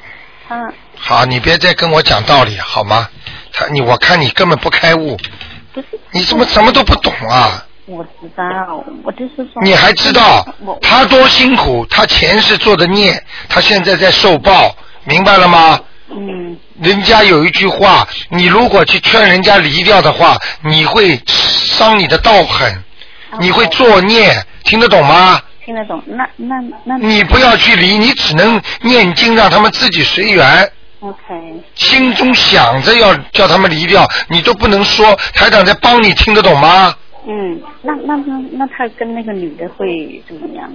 Speaker 6: 他
Speaker 1: 好，你别再跟我讲道理好吗？他你我看你根本不开悟，
Speaker 6: 不是
Speaker 1: 你怎么什么都不懂啊？
Speaker 6: 我知道，我就是说
Speaker 1: 你还知道
Speaker 6: 嗯我
Speaker 1: 他多辛苦？他前世做的孽，他现在在受报，明白了吗？
Speaker 6: 嗯
Speaker 1: 人家有一句话，你如果去劝人家离掉的话，你会伤你的道很，
Speaker 6: 哦
Speaker 1: 你会作孽，听得懂吗？
Speaker 6: 听得懂，那那那
Speaker 1: 你不要去离，你只能念经，让他们自己随缘。
Speaker 6: OK
Speaker 1: 心中想着要叫他们离掉，你都不能说，台长在帮你，听得懂吗？
Speaker 6: 嗯，那那那那他跟那个女的会怎么样？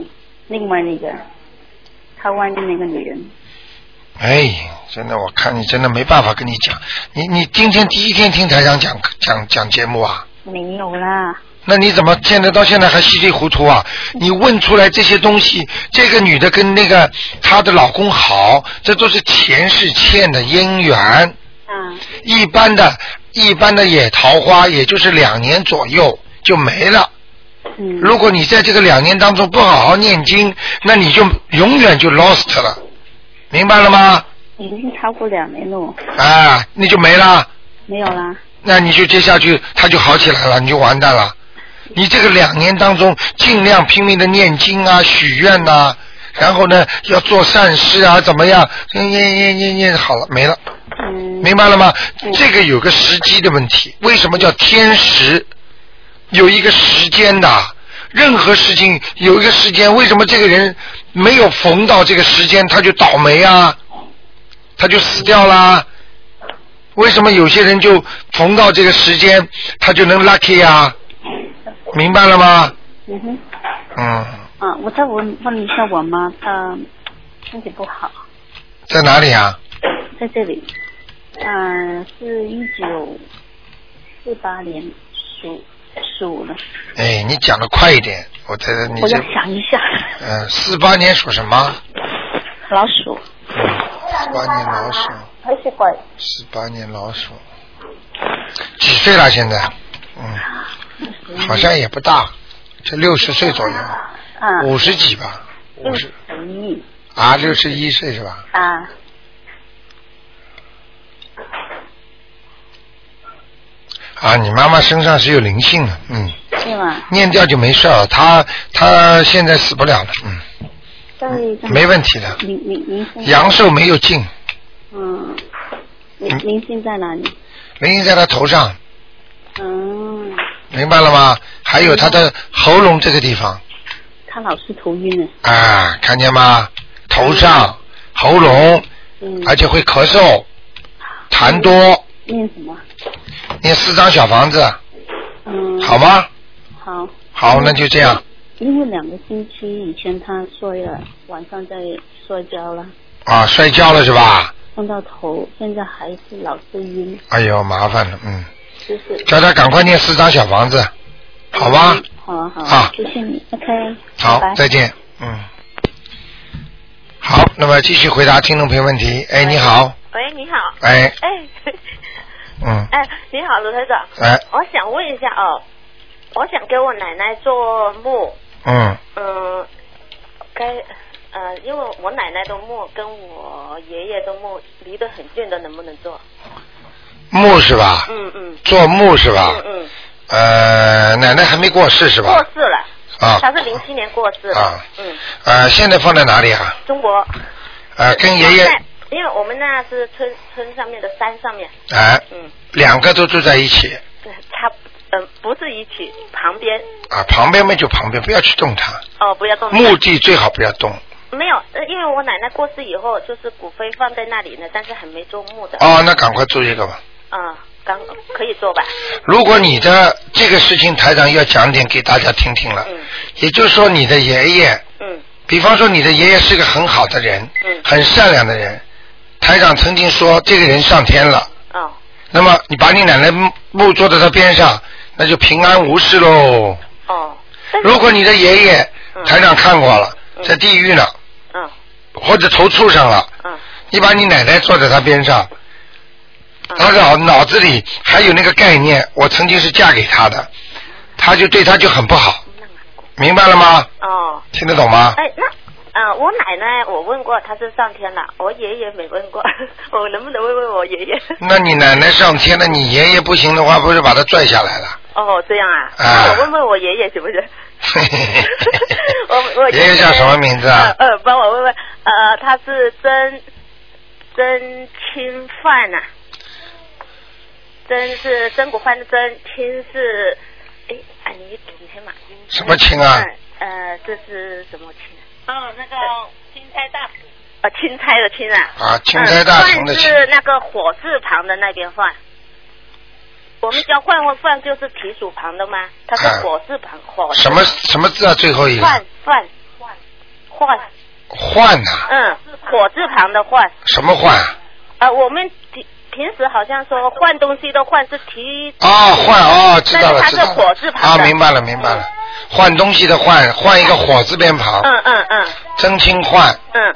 Speaker 6: 另外那个他外面那个女人，
Speaker 1: 哎，真的，我看你真的没办法跟你讲。你你今天第一天听台长讲讲讲节目啊？
Speaker 6: 没有啦，
Speaker 1: 那你怎么现在到现在还稀里糊涂啊？你问出来这些东西，这个女的跟那个她的老公好，这都是前世欠的姻缘。
Speaker 6: 啊
Speaker 1: 一般的、一般的野桃花，也就是两年左右就没了。
Speaker 6: 嗯，
Speaker 1: 如果你在这个两年当中不好好念经，那你就永远就 lost 了，明白了吗？
Speaker 6: 已经超过两年了，
Speaker 1: 啊，那就没了。
Speaker 6: 没有啦，
Speaker 1: 那你就接下去他就好起来了，你就完蛋了。你这个两年当中，尽量拼命的念经啊、许愿呐、然后呢要做善事啊，怎么样？念念念念念好了，没了，
Speaker 6: 嗯，
Speaker 1: 明白了吗
Speaker 6: 嗯？
Speaker 1: 这个有个时机的问题，为什么叫天时？有一个时间的，任何事情有一个时间，为什么这个人没有逢到这个时间他就倒霉啊？他就死掉啦？为什么有些人就逢到这个时间他就能 lucky 啊？明白了吗？
Speaker 6: 嗯哼。
Speaker 1: 嗯，
Speaker 6: 啊，我再问问一下我妈，她身体不好，
Speaker 1: 在哪里啊？
Speaker 6: 在这里，嗯、是一九四八年属属的，
Speaker 1: 哎，你讲的快一点，我猜猜你
Speaker 6: 我
Speaker 1: 这
Speaker 6: 要想一下，
Speaker 1: 嗯四八年属什么？
Speaker 6: 老鼠，
Speaker 1: 四八年老鼠，
Speaker 6: 还是鬼，
Speaker 1: 四八年老鼠，几岁了现在？嗯，好像也不大，这六十岁左右，
Speaker 6: 啊，
Speaker 1: 五十几吧，五十
Speaker 6: 一
Speaker 1: 啊，六十一岁是吧？
Speaker 6: 啊，
Speaker 1: 啊，你妈妈身上是有灵性的，嗯，
Speaker 6: 对吗？
Speaker 1: 念掉就没事了，她她现在死不了了，
Speaker 6: 在
Speaker 1: 嗯，没问题的，
Speaker 6: 您您您现在
Speaker 1: 阳寿没有尽，
Speaker 6: 嗯，您
Speaker 1: 嗯
Speaker 6: 您现在哪里？
Speaker 1: 灵性在她头上，
Speaker 6: 嗯，
Speaker 1: 明白了吗？还有她的喉咙这个地方，
Speaker 6: 她老是头晕呢，
Speaker 1: 啊，看见吗？头上、喉咙，
Speaker 6: 嗯，
Speaker 1: 而且会咳嗽、痰多，
Speaker 6: 念什么？
Speaker 1: 念四张小房子，
Speaker 6: 嗯，
Speaker 1: 好吗？
Speaker 6: 好。
Speaker 1: 好，那就这样。
Speaker 6: 因为两个星期以前他摔了，晚上在摔跤了，
Speaker 1: 啊，摔跤了是吧？
Speaker 6: 碰到头，现在还是老是晕，
Speaker 1: 哎呦，麻烦了，嗯，
Speaker 6: 就是。
Speaker 1: 叫他赶快念四张小房子，好吧？
Speaker 6: 嗯好啊，好
Speaker 1: 好
Speaker 6: 谢谢你，OK，
Speaker 1: 好
Speaker 6: 拜拜，
Speaker 1: 再见，嗯。好，那么继续回答听众朋友问题。哎，你好，
Speaker 7: 喂，你好，
Speaker 1: 哎，
Speaker 7: 哎，
Speaker 1: 嗯，
Speaker 7: 哎，你好，卢台长，
Speaker 1: 哎，
Speaker 7: 我想问一下哦，我想给我奶奶做墓，
Speaker 1: 嗯，
Speaker 7: 嗯、该，呃，因为我奶奶的墓跟我爷爷的墓离得很近的，能不能做？
Speaker 1: 木是吧？
Speaker 7: 嗯嗯
Speaker 1: 做木啊是吧？
Speaker 7: 嗯嗯，
Speaker 1: 呃，奶奶还没过世是
Speaker 7: 过
Speaker 1: 吧？
Speaker 7: 世了，
Speaker 1: 啊
Speaker 7: 她是零七年过世的，
Speaker 1: 啊
Speaker 7: 嗯，
Speaker 1: 呃，现在放在哪里啊？
Speaker 7: 中国
Speaker 1: 呃，跟爷爷，
Speaker 7: 在，因为我们那是村村上面的山上面，
Speaker 1: 哎、
Speaker 7: 嗯，
Speaker 1: 两个都住在一起
Speaker 7: 他嗯、不是一起，旁边
Speaker 1: 啊，旁边嘛就旁边，不要去动它，
Speaker 7: 哦，不要动它
Speaker 1: 墓地最好不要动。
Speaker 7: 没有，呃因为我奶奶过世以后，就是骨灰放在那里呢，但是还没做墓的。
Speaker 1: 哦，那赶快做一个吧。
Speaker 7: 嗯，刚可以做吧？
Speaker 1: 如果你的这个事情，台长要讲点给大家听听了，
Speaker 7: 嗯
Speaker 1: 也就是说你的爷爷，
Speaker 7: 嗯
Speaker 1: 比方说你的爷爷是个很好的人，
Speaker 7: 嗯
Speaker 1: 很善良的人，台长曾经说这个人上天了，
Speaker 7: 哦
Speaker 1: 那么你把你奶奶墓墓坐在他边上，那就平安无事喽。
Speaker 7: 哦，但是
Speaker 1: 如果你的爷爷，
Speaker 7: 嗯
Speaker 1: 台长看过了，
Speaker 7: 嗯
Speaker 1: 在地狱呢，
Speaker 7: 嗯
Speaker 1: 或者头畜上了，
Speaker 7: 嗯
Speaker 1: 你把你奶奶坐在他边上，他
Speaker 7: 嗯
Speaker 1: 脑脑子里还有那个概念，我曾经是嫁给他的，他就对他就很不好，明白了吗？
Speaker 7: 哦，
Speaker 1: 听得懂吗？
Speaker 7: 哎，那啊、呃我奶奶我问过，她是上天了，我爷爷没问过， 我能不能问问我爷 爷？
Speaker 1: 那你奶奶上天了，你爷爷不行的话，不是把他拽下来了？
Speaker 7: 哦，这样啊，
Speaker 1: 啊
Speaker 7: 那我问问我爷爷行不行？ 我 我
Speaker 1: 爷爷叫什么名字啊？
Speaker 7: 呃，呃帮我问问，呃，他是曾曾清范呐、曾是曾国藩的曾，清是哎，啊，你你先嘛。
Speaker 1: 什么清啊？
Speaker 7: 呃，这是什么清？
Speaker 8: 哦，那个钦差大夫，
Speaker 7: 呃，钦差的钦啊。
Speaker 1: 啊，钦差大臣的
Speaker 7: 嗯
Speaker 1: 钦
Speaker 7: 范是那个火字旁的那边换。我们叫换换换，就是提鼠旁的吗？它是
Speaker 1: 啊
Speaker 7: 火字旁，火字
Speaker 1: 什么什么字啊？最后一个
Speaker 7: 换换换换，
Speaker 1: 换呐、
Speaker 7: 嗯，火字旁的换。
Speaker 1: 啊什么换啊？
Speaker 7: 啊，我们平平时好像说换东西的换是提，
Speaker 1: 哦，换哦，知道了，
Speaker 7: 但
Speaker 1: 知
Speaker 7: 是
Speaker 1: 道了
Speaker 7: 它是火字旁
Speaker 1: 啊，
Speaker 7: 的
Speaker 1: 明白了，明白了。换东西的换，换一个火字边旁，
Speaker 7: 嗯嗯嗯
Speaker 1: 真清换，
Speaker 7: 嗯，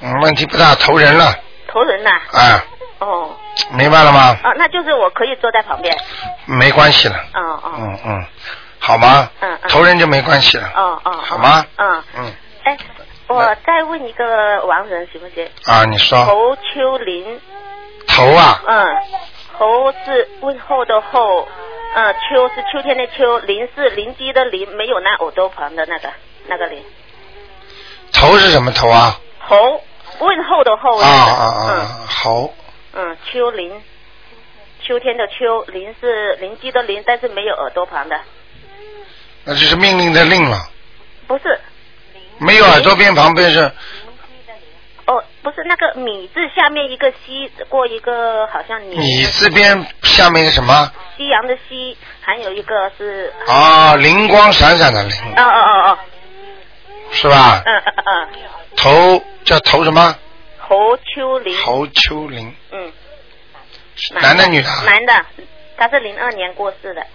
Speaker 1: 嗯，问题不大，投人了
Speaker 7: 投人呐、
Speaker 1: 啊，
Speaker 7: 哦
Speaker 1: 明白了吗？
Speaker 7: 哦，那就是我可以坐在旁边，
Speaker 1: 没关系了，
Speaker 7: 哦哦
Speaker 1: 嗯嗯，好吗？
Speaker 7: 嗯嗯
Speaker 1: 投人就没关系了，
Speaker 7: 哦哦，
Speaker 1: 好吗？
Speaker 7: 嗯，
Speaker 1: 嗯
Speaker 7: 哎，我再问一个亡人行不行？
Speaker 1: 啊，你说
Speaker 7: 侯秋林，
Speaker 1: 投啊，
Speaker 7: 嗯，侯是问候的候，嗯，秋是秋天的秋，林是邻居的邻，没有那耳朵旁的那个那个林。
Speaker 1: 投是什么投啊？
Speaker 7: 侯问候的候。
Speaker 1: 啊啊啊，猴
Speaker 7: 嗯嗯，秋林，秋天的秋，林是邻居的邻，但是没有耳朵旁的，
Speaker 1: 那就是命令的令了，
Speaker 7: 不是
Speaker 1: 没有耳朵边旁边
Speaker 7: 嗯
Speaker 1: 是
Speaker 7: 哦，不是那个米字下面一个西过一个好像你
Speaker 1: 米字边下面一个什么？
Speaker 7: 西洋的西，还有一个是
Speaker 1: 啊，灵光闪闪的灵
Speaker 7: 哦哦哦哦，
Speaker 1: 是吧？
Speaker 7: 嗯嗯嗯，嗯
Speaker 1: 投叫投什么？
Speaker 7: 侯秋林，
Speaker 1: 侯秋林，
Speaker 7: 嗯，
Speaker 1: 是男的女的啊？
Speaker 7: 男的，他是零二年过世的，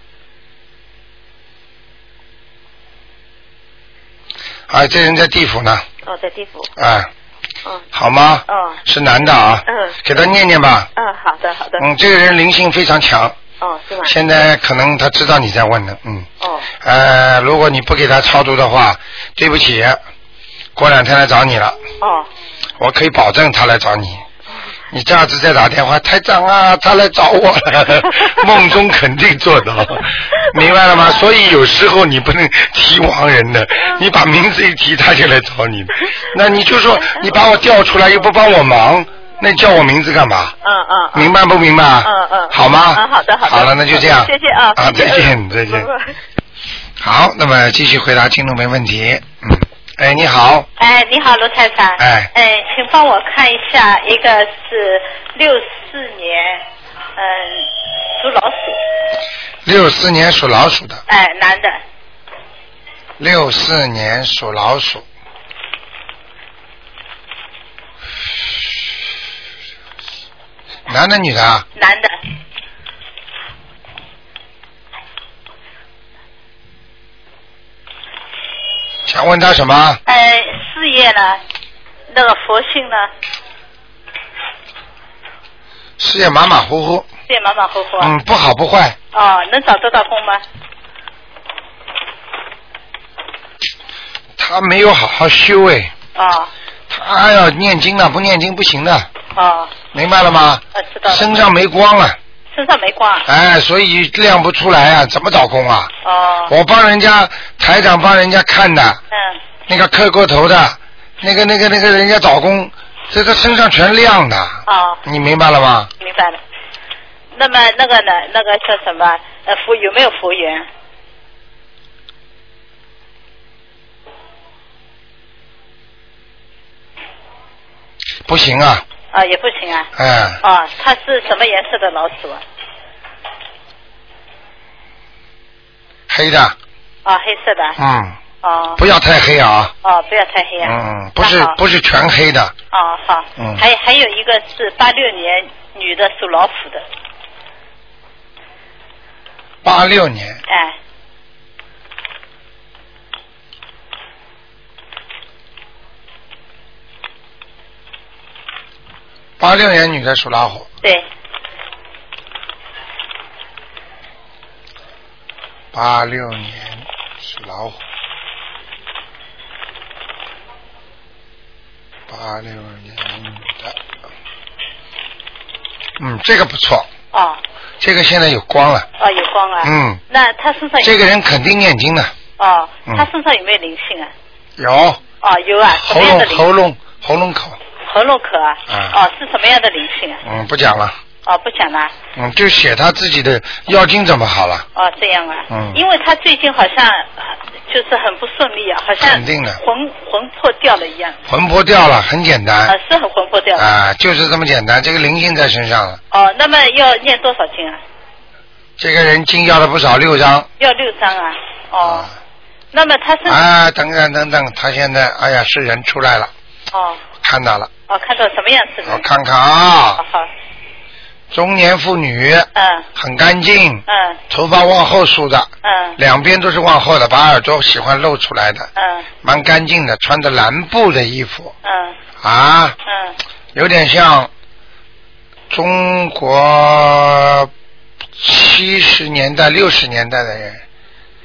Speaker 1: 啊，这人在地府呢，
Speaker 7: 哦，在地府，
Speaker 1: 啊，
Speaker 7: 嗯
Speaker 1: 好吗？
Speaker 7: 哦
Speaker 1: 是男的啊，
Speaker 7: 嗯
Speaker 1: 给他念念吧。
Speaker 7: 嗯，好的好的，
Speaker 1: 嗯，这个人灵性非常强，
Speaker 7: 哦是吗？
Speaker 1: 现在可能他知道你在问了，嗯，
Speaker 7: 哦
Speaker 1: 呃，如果你不给他超度的话，对不起，过两天来找你了，
Speaker 7: 哦
Speaker 1: 我可以保证他来找你。你下次再打电话，台长啊，他来找我了， 梦中肯定做到，明白了吗？所以有时候你不能提亡人的，你把名字一提，他就来找你。那你就说你把我调出来，又不帮我忙，那你叫我名字干嘛？
Speaker 7: 嗯嗯嗯。
Speaker 1: 明白不明白？
Speaker 7: 嗯嗯
Speaker 1: 好吗？
Speaker 7: 嗯好的好的
Speaker 1: 了，那就这样。
Speaker 7: 谢谢嗯啊
Speaker 1: 啊，再见，再见
Speaker 7: 不。不
Speaker 1: 好，那么继续回答听众没问题。嗯，哎，你好，
Speaker 8: 哎，你好，罗太太。
Speaker 1: 哎
Speaker 8: 哎，请帮我看一下，一个是六四年，嗯，属老鼠，
Speaker 1: 六四年属老鼠的，
Speaker 8: 哎，男的，
Speaker 1: 六四年属老鼠。男的女的啊？
Speaker 8: 男的，
Speaker 1: 想问他什么？
Speaker 8: 哎，事业呢？那个佛性呢？
Speaker 1: 事业马马虎虎，
Speaker 8: 也马马虎虎啊。
Speaker 1: 嗯，不好不坏，
Speaker 8: 哦，能找得到工吗？
Speaker 1: 他没有好好修哎，
Speaker 8: 哦，
Speaker 1: 他要念经的，不念经不行的，
Speaker 8: 哦，
Speaker 1: 明白了吗？
Speaker 8: 呃，知道
Speaker 7: 嗯
Speaker 8: 了。
Speaker 1: 身上没光了，
Speaker 8: 身上没光啊。
Speaker 1: 哎，所以亮不出来啊，怎么找工啊？
Speaker 8: 哦，
Speaker 1: 我帮人家台长帮人家看的，
Speaker 8: 嗯，
Speaker 1: 那个磕过头的，那个那个那个人家找工，这他身上全亮的，
Speaker 8: 哦，
Speaker 1: 你明白了吗？
Speaker 8: 明白了。那么那个呢？那个叫什么？呃，服有没有服务员？
Speaker 1: 不行啊，
Speaker 8: 啊，也不行啊。
Speaker 1: 哎，
Speaker 8: 哦，它是什么颜色的老鼠啊？
Speaker 1: 黑的，
Speaker 8: 哦，黑色的啊。
Speaker 1: 嗯，
Speaker 8: 哦
Speaker 1: 不要太黑啊，
Speaker 8: 哦，不要太黑啊。
Speaker 1: 嗯，不是
Speaker 8: 那好
Speaker 1: 不是全黑的，
Speaker 8: 哦，好。
Speaker 1: 嗯
Speaker 8: 还还有一个是八六年女的属老虎的，
Speaker 1: 八六年
Speaker 8: 哎，
Speaker 1: 八六年女的属老虎，
Speaker 8: 对，
Speaker 1: 八六年属老虎，八六年女的，嗯，这个不错，
Speaker 8: 哦
Speaker 1: 这个现在有光了，
Speaker 8: 哦，有光啊。。
Speaker 1: 嗯，
Speaker 8: 那他身上有
Speaker 1: 这个人肯定念经的，
Speaker 8: 哦，
Speaker 1: 嗯
Speaker 8: 他身上有没有灵性啊？
Speaker 1: 有
Speaker 8: 哦，有啊，什
Speaker 1: 喉
Speaker 8: 么样的
Speaker 1: 咙
Speaker 8: 灵？
Speaker 1: 喉咙喉咙口，
Speaker 8: 喉咙咳啊？
Speaker 1: 嗯
Speaker 8: 哦，是什么样的灵性啊？
Speaker 1: 嗯，不讲了，
Speaker 8: 哦，不讲了。
Speaker 1: 嗯，就写他自己的要经怎么好了，
Speaker 8: 哦，这样啊。
Speaker 1: 嗯
Speaker 8: 因为他最近好像呃就是很不顺利啊，好像
Speaker 1: 肯定的嗯
Speaker 8: 魂魂魄掉了一样，
Speaker 1: 魂魄掉了，很简单
Speaker 8: 啊，，是很魂魄掉了。
Speaker 1: 啊，就是这么简单，这个灵性在身上了。
Speaker 8: 哦，那么要念多少经啊？
Speaker 1: 这个人经要了不少，六张。
Speaker 8: 要六张啊。哦，
Speaker 1: 啊
Speaker 8: 那么他身
Speaker 1: 啊，等等等等，他现在哎呀是人出来了，
Speaker 8: 哦
Speaker 1: 看到了，
Speaker 8: 哦，看到什么样是
Speaker 1: 我
Speaker 8: 人？
Speaker 1: 看看
Speaker 8: 好
Speaker 1: 啊，
Speaker 8: 好，
Speaker 1: 中年妇女，
Speaker 8: 嗯
Speaker 1: 很干净，
Speaker 8: 嗯
Speaker 1: 头发往后梳的，
Speaker 8: 嗯
Speaker 1: 两边都是往后的，把耳朵喜欢露出来的，
Speaker 8: 嗯
Speaker 1: 蛮干净的，穿着蓝布的衣服
Speaker 8: 嗯
Speaker 1: 啊，
Speaker 8: 嗯，
Speaker 1: 有点像中国七十年代、六十年代的人。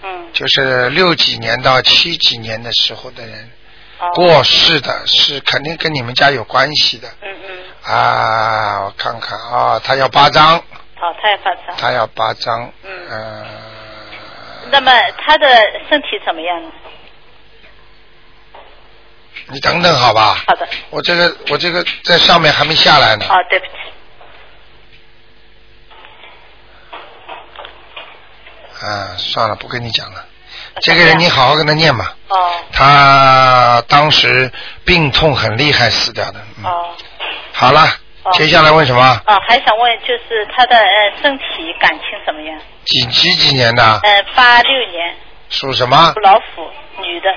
Speaker 8: 嗯
Speaker 1: 就是六几年到七几年的时候的人
Speaker 8: 哦
Speaker 1: 过世的，是肯定跟你们家有关系的
Speaker 8: 嗯嗯，
Speaker 1: 啊！我看看啊，他要八张，
Speaker 8: 好，他也发财。
Speaker 1: 他要八张，
Speaker 8: 嗯
Speaker 1: 呃，
Speaker 8: 那么他的身体怎么样？
Speaker 1: 你等等好吧，
Speaker 8: 好的，
Speaker 1: 我这个我这个在上面还没下来呢，
Speaker 8: 哦，对不起，
Speaker 1: 啊，算了，不跟你讲了。
Speaker 8: 我
Speaker 1: 这个人
Speaker 8: 想
Speaker 1: 你
Speaker 8: 想
Speaker 1: 好好跟他念吧，
Speaker 8: 哦
Speaker 1: 他当时病痛很厉害死掉的。嗯、
Speaker 8: 哦
Speaker 1: 好了，
Speaker 8: 哦
Speaker 1: 接下来问什么？
Speaker 8: 哦，还想问就是他的呃身体感情怎么样？
Speaker 1: 几几几年的？
Speaker 8: 呃，八六年
Speaker 1: 属什么
Speaker 8: 属？老虎，女的，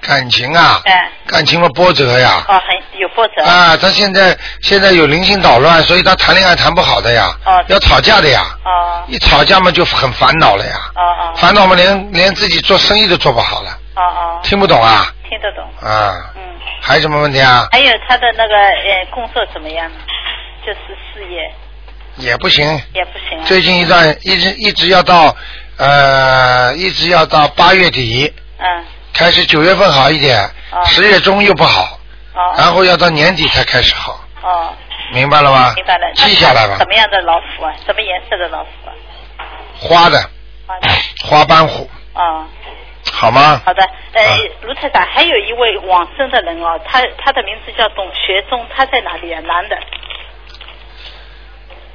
Speaker 1: 感情啊？
Speaker 8: 哎、
Speaker 1: 感情的波折呀。
Speaker 8: 哦，很有波折，
Speaker 1: 啊，他现在现在有灵性捣乱，所以他谈恋爱谈不好的呀，
Speaker 8: 哦
Speaker 1: 要吵架的呀，
Speaker 8: 哦
Speaker 1: 一吵架嘛就很烦恼了呀，
Speaker 8: 哦哦
Speaker 1: 烦恼嘛连连自己做生意都做不好了，
Speaker 8: 哦哦，
Speaker 1: 听不懂啊？
Speaker 8: 听得懂，
Speaker 1: 啊，
Speaker 8: 嗯，
Speaker 1: 还有什么问题啊？
Speaker 8: 还有他的那个呃工作怎么样呢？就是事业
Speaker 1: 也不行，
Speaker 8: 也不行啊，
Speaker 1: 最近一段一直一直要到呃一直要到八月底，
Speaker 8: 嗯，
Speaker 1: 开始九月份好一点，
Speaker 8: 哦
Speaker 1: 十月中又不好，然
Speaker 8: 哦
Speaker 1: 后要到年底才开始好，
Speaker 8: 哦，
Speaker 1: 明白了吗？
Speaker 8: 明白了，那
Speaker 1: 记下来吧
Speaker 8: 什，么样的老虎啊？什么颜色的老 虎啊？
Speaker 1: 花的
Speaker 8: 啊
Speaker 1: 花斑虎，
Speaker 8: 哦。
Speaker 1: 好吗？
Speaker 8: 好的，
Speaker 1: 啊
Speaker 8: 呃，卢台长，还有一位往生的人哦，他他的名字叫董学忠，他在哪里啊？男的，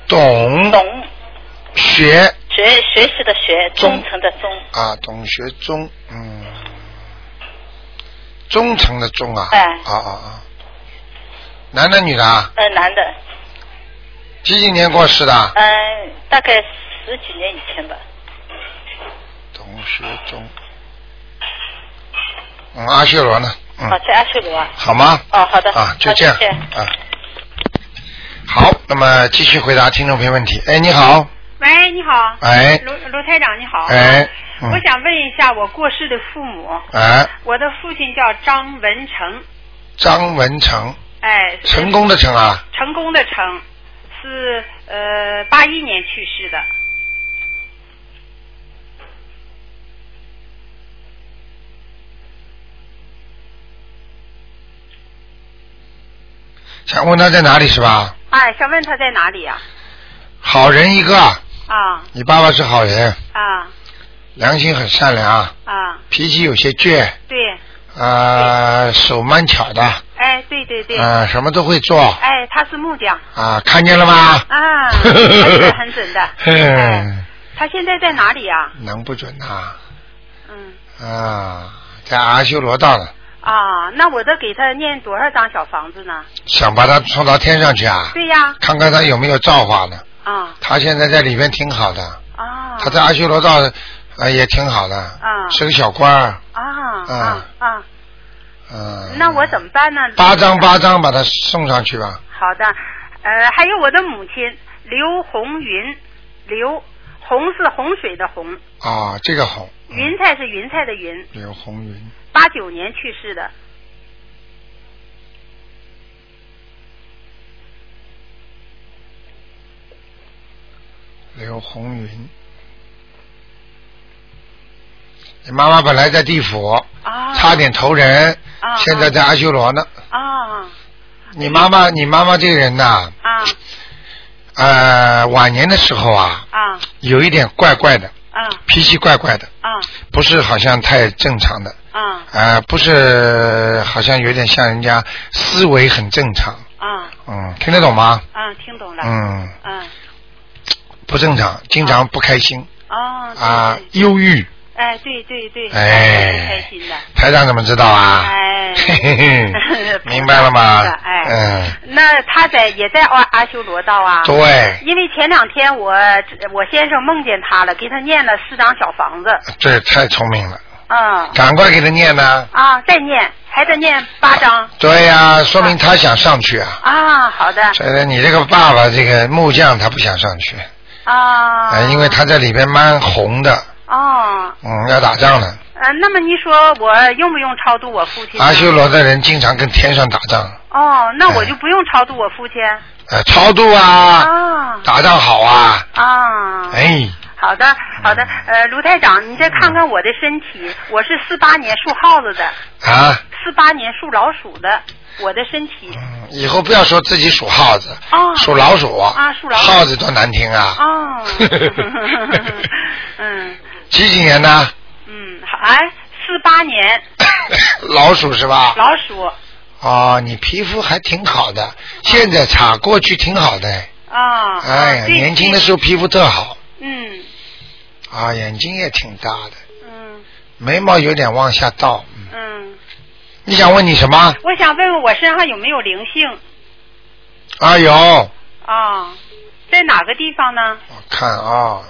Speaker 1: 董
Speaker 8: 董
Speaker 1: 学
Speaker 8: 学学习的学，
Speaker 1: 忠
Speaker 8: 忠诚的忠，
Speaker 1: 啊，董学忠，嗯，忠诚的忠啊，
Speaker 8: 哎
Speaker 1: 啊啊啊，男的女的啊？
Speaker 8: 呃，男的，
Speaker 1: 几几年过世的啊？
Speaker 8: 嗯、大概十几年以前吧，
Speaker 1: 董学忠，嗯，阿修罗呢？嗯
Speaker 8: 哦，，在阿修罗啊。
Speaker 1: 好吗？
Speaker 8: 哦，好的，
Speaker 1: 啊，就
Speaker 8: 好
Speaker 1: 这样
Speaker 8: 谢谢
Speaker 1: 啊。好，那么继续回答听众朋友问题。哎，你好，
Speaker 9: 喂，你好，
Speaker 1: 哎，
Speaker 9: 卢卢台长，你好。
Speaker 1: 哎，嗯
Speaker 9: 我，想问一下我过世的父母，
Speaker 1: 哎，
Speaker 9: 我的父亲叫张文成，
Speaker 1: 张文成，
Speaker 9: 哎，是
Speaker 1: 成功的成啊，
Speaker 9: 成功的成，是呃八一年去世的，
Speaker 1: 想问他在哪里是吧？
Speaker 9: 哎，想问他在哪里呀、
Speaker 1: 好人一个啊，
Speaker 9: 啊？
Speaker 1: 你爸爸是好人，
Speaker 9: 啊
Speaker 1: 良心很善良，
Speaker 9: 啊啊，
Speaker 1: 脾气有些倔，
Speaker 9: 对，
Speaker 1: 啊，手蛮巧的，啊、
Speaker 9: 哎，对对对，
Speaker 1: 什么都会做，啊、
Speaker 9: 哎，他是木匠
Speaker 1: 看见了吗？
Speaker 9: 啊，很准很准的。哎，
Speaker 1: 嗯，
Speaker 9: 他现在在哪里呀、
Speaker 1: 能不准呐、
Speaker 9: 嗯
Speaker 1: 啊？在阿修罗道呢，
Speaker 9: 啊，那我得给他念多少张小房子呢？
Speaker 1: 想把他送到天上去啊？
Speaker 9: 对呀，
Speaker 1: 看看他有没有造化呢？
Speaker 9: 啊
Speaker 1: 他现在在里面挺好的，
Speaker 9: 啊。
Speaker 1: 他在阿修罗道，呃，也挺好的，
Speaker 9: 啊
Speaker 1: 是个小官儿，
Speaker 9: 啊
Speaker 1: 啊
Speaker 9: 啊啊！
Speaker 1: 嗯。
Speaker 9: 那我怎么办呢？
Speaker 1: 八张八张把他送上去吧？
Speaker 9: 好的，呃，还有我的母亲刘红云，刘红是洪水的洪，
Speaker 1: 啊，这个好。嗯
Speaker 9: 云彩是云彩的云，
Speaker 1: 柳红云，
Speaker 9: 八九年去世的。
Speaker 1: 刘红云。你妈妈本来在地府，
Speaker 9: 啊
Speaker 1: 差点投人，
Speaker 9: 啊
Speaker 1: 现在在阿修罗呢。
Speaker 9: 啊
Speaker 1: 你妈妈，你妈妈这个人呐、
Speaker 9: 啊
Speaker 1: 呃，晚年的时候啊，
Speaker 9: 啊
Speaker 1: 有一点怪怪的，
Speaker 9: 啊
Speaker 1: 脾气怪怪的，
Speaker 9: 啊
Speaker 1: 不是好像太正常的，
Speaker 9: 啊
Speaker 1: 呃，不是好像有点像人家思维很正常，
Speaker 9: 啊
Speaker 1: 嗯，听得懂吗？
Speaker 9: 啊！听懂了。
Speaker 1: 嗯，
Speaker 9: 嗯
Speaker 1: 不正常，经常不开心
Speaker 9: 哦
Speaker 1: 啊
Speaker 9: 对，
Speaker 1: 忧郁，
Speaker 9: 哎，对对对，
Speaker 1: 哎
Speaker 9: 开心的。
Speaker 1: 台长怎么知道啊？
Speaker 9: 哎，
Speaker 1: 嘿嘿 嘿，明白了吗
Speaker 9: 是的？哎
Speaker 1: 嗯，
Speaker 9: 那他在也在阿阿修罗道啊？
Speaker 1: 对
Speaker 9: 因为前两天我我先生梦见他了，给他念了四张小房子，
Speaker 1: 这太聪明了，
Speaker 9: 嗯
Speaker 1: 赶快给他念呐。
Speaker 9: 啊，再念还得念八张
Speaker 1: 对呀、
Speaker 9: 嗯
Speaker 1: 说明他想上去啊。
Speaker 9: 啊，好的
Speaker 1: 所以你这个爸爸，这个木匠他不想上去，
Speaker 9: 啊
Speaker 1: 哎，因为他在里边蛮红的，
Speaker 9: 哦，
Speaker 1: 嗯，要打仗了。
Speaker 9: 呃，那么你说我用不用超度我父亲呢？
Speaker 1: 阿修罗哎的人经常跟天上打仗，
Speaker 9: 哦，那我就不用超度我父亲
Speaker 1: 呃，超度啊，
Speaker 9: 啊
Speaker 1: 打仗好啊，
Speaker 9: 啊。
Speaker 1: 哎，
Speaker 9: 好的，好的，呃，卢台长，你再看看我的身体，我是四八年属耗子的，
Speaker 1: 啊，
Speaker 9: 四八年属老鼠的，我的身体
Speaker 1: 嗯以后不要说自己属耗子，
Speaker 9: 哦
Speaker 1: 属老鼠，
Speaker 9: 啊属老鼠
Speaker 1: 耗子多难听啊！
Speaker 9: 哦，嗯
Speaker 1: 几几年 呢？
Speaker 9: 嗯，好哎，四八年
Speaker 1: 老鼠是吧？
Speaker 9: 老鼠
Speaker 1: 哦，你皮肤还挺好的，现在差，过去挺好的，
Speaker 9: 啊，
Speaker 1: 哎呀，
Speaker 9: 对
Speaker 1: 年轻的时候皮肤特好，
Speaker 9: 嗯
Speaker 1: 啊，眼睛也挺大的，
Speaker 9: 嗯
Speaker 1: 眉毛有点往下倒。嗯
Speaker 9: 嗯，
Speaker 1: 你想问你什么？
Speaker 9: 我想问问我身上有没有灵性
Speaker 1: 啊，有，我
Speaker 9: 啊？在哪个地方呢？
Speaker 1: 看啊，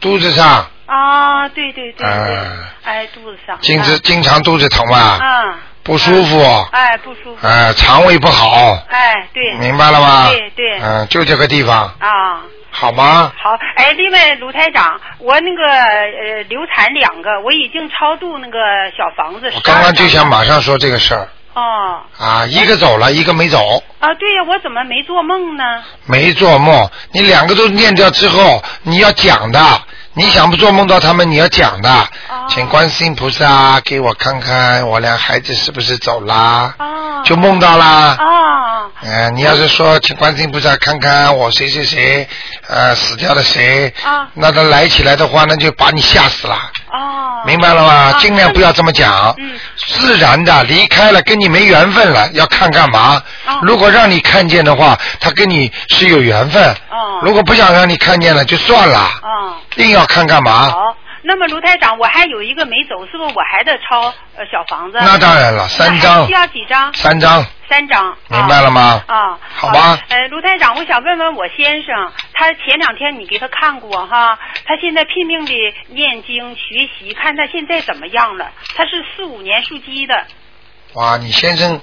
Speaker 1: 肚子上
Speaker 9: 啊，对对对对
Speaker 1: 啊，
Speaker 9: 哎，肚子上，
Speaker 1: 经常经常肚子疼吧，
Speaker 9: 嗯，
Speaker 1: 不舒服，
Speaker 9: 哎，不舒服，
Speaker 1: 呃，肠胃不好，
Speaker 9: 哎，对，
Speaker 1: 明白了吗？
Speaker 9: 对对
Speaker 1: 嗯，就这个地方，
Speaker 9: 啊。
Speaker 1: 好吗？
Speaker 9: 好，哎，另外卢台长，我那个呃流产两个，我已经超度那个小房子。
Speaker 1: 我刚刚就想
Speaker 9: 买。
Speaker 1: 马上说这个事儿
Speaker 9: 哦
Speaker 1: 啊，一个走了，一个没走，
Speaker 9: 啊，对呀，我怎么没做 梦呢？
Speaker 1: 没做梦。你两个都念掉之后，你要讲的，你想不做梦到他们，你要讲的。请观世音菩萨给我看看，我俩孩子是不是走啦？
Speaker 9: 啊
Speaker 1: 就梦到啦。
Speaker 9: 啊
Speaker 1: 嗯、你要是说请观世音菩萨看看我谁谁谁，呃，死掉的谁，
Speaker 9: 啊
Speaker 1: 那他来起来的话，那就把你吓死了，
Speaker 9: 啊！
Speaker 1: 明白了吗？
Speaker 9: 啊
Speaker 1: 尽量不要这么讲，
Speaker 9: 嗯
Speaker 1: 自然的离开了，跟你没缘分了，要看干嘛？
Speaker 9: 哦
Speaker 1: 如果让你看见的话，他跟你是有缘分；
Speaker 9: 哦
Speaker 1: 如果不想让你看见了，就算了，
Speaker 9: 啊
Speaker 1: 硬要看干嘛？
Speaker 9: 好，那么卢台长，我还有一个没走，是不是我还得抄呃小房子？
Speaker 1: 那当然了，三
Speaker 9: 那还
Speaker 1: 张
Speaker 9: 需，要几张？哦
Speaker 1: 三张，
Speaker 9: 三张。
Speaker 1: 明白了吗？
Speaker 9: 啊，啊
Speaker 1: 好吧
Speaker 9: 呃，卢台长，我想问问我先生，他前两天你给他看过哈，他现在拼命的念经学习，看他现在怎么样了。他是四五年属鸡的，
Speaker 1: 哇，你先生，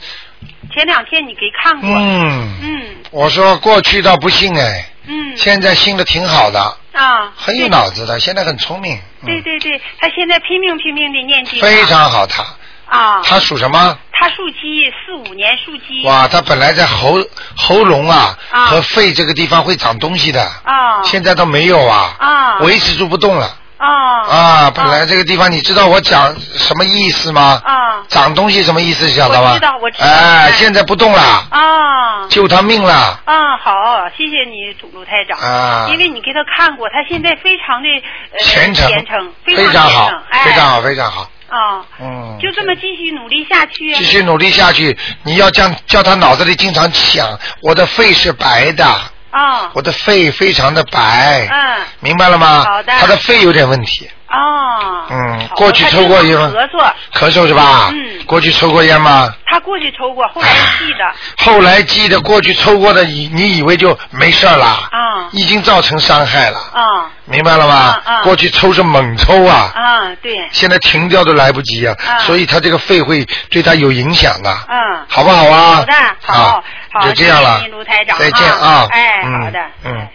Speaker 9: 前两天你给看过。
Speaker 1: 嗯，
Speaker 9: 嗯
Speaker 1: 我说过去倒不信哎，
Speaker 9: 嗯
Speaker 1: 现在信的挺好的，
Speaker 9: 啊，
Speaker 1: 很有
Speaker 9: 对
Speaker 1: 脑子的，现在很聪明，嗯
Speaker 9: 对对对，他现在拼命拼命的念经啊。
Speaker 1: 非常好他。
Speaker 9: 啊，
Speaker 1: 他属什么？
Speaker 9: 他属鸡，四五年属鸡。
Speaker 1: 哇，他本来在喉喉咙啊
Speaker 9: 啊
Speaker 1: 和肺这个地方会长东西的，
Speaker 9: 啊
Speaker 1: 现在都没有啊，
Speaker 9: 啊
Speaker 1: 维持住不动了
Speaker 9: 啊
Speaker 1: 啊。本来这个地方，你知道我讲什么意思吗？
Speaker 9: 啊
Speaker 1: 长东西什么意思，晓得吗？
Speaker 9: 我知道我知道
Speaker 1: 哎
Speaker 9: 哎，
Speaker 1: 现在不动了，
Speaker 9: 啊
Speaker 1: 救他命了。
Speaker 9: 啊，好，谢谢你，主卢台长。
Speaker 1: 啊
Speaker 9: 因为你给他看过，他现在非常的呃
Speaker 1: 虔诚，
Speaker 9: 虔诚，
Speaker 1: 非
Speaker 9: 常虔
Speaker 1: 常好
Speaker 9: 诚，哎，
Speaker 1: 非常好，非常好。
Speaker 9: 啊，
Speaker 1: 嗯，
Speaker 9: 就这么继续努力下去。啊
Speaker 1: 继续努力下去。你要叫叫他脑子里经常想，我的肺是白的，
Speaker 9: 啊
Speaker 1: 我的肺非常的白，
Speaker 9: 嗯
Speaker 1: 明白了吗？
Speaker 9: 好的
Speaker 1: 他的肺有点问题，
Speaker 9: 啊，
Speaker 1: 嗯
Speaker 9: 好
Speaker 1: 过去
Speaker 9: 他
Speaker 1: 抽过
Speaker 9: 经
Speaker 1: 一
Speaker 9: 常
Speaker 1: 个
Speaker 9: 咳嗽，
Speaker 1: 咳嗽是吧？
Speaker 9: 嗯
Speaker 1: 过去抽过烟吗？
Speaker 9: 他过去抽过，后来记 的。
Speaker 1: 后来记得过去抽过的，你你以为就没事儿啦？
Speaker 9: 啊
Speaker 1: 已经造成伤害了，
Speaker 9: 啊
Speaker 1: 明白了吗？
Speaker 9: 嗯嗯
Speaker 1: 过去抽是猛抽啊。
Speaker 9: 啊，对，
Speaker 1: 现在停掉都来不及啊，
Speaker 9: 啊
Speaker 1: 所以他这个肺会对他有影响的，
Speaker 9: 嗯。
Speaker 1: 好不好啊？
Speaker 9: 好的好
Speaker 1: 啊
Speaker 9: 好
Speaker 1: 就这样
Speaker 9: 谢
Speaker 1: 了
Speaker 9: 谢您卢台长，
Speaker 1: 再见
Speaker 9: 啊
Speaker 1: 啊！
Speaker 9: 哎
Speaker 1: 嗯
Speaker 9: 好的
Speaker 1: 嗯。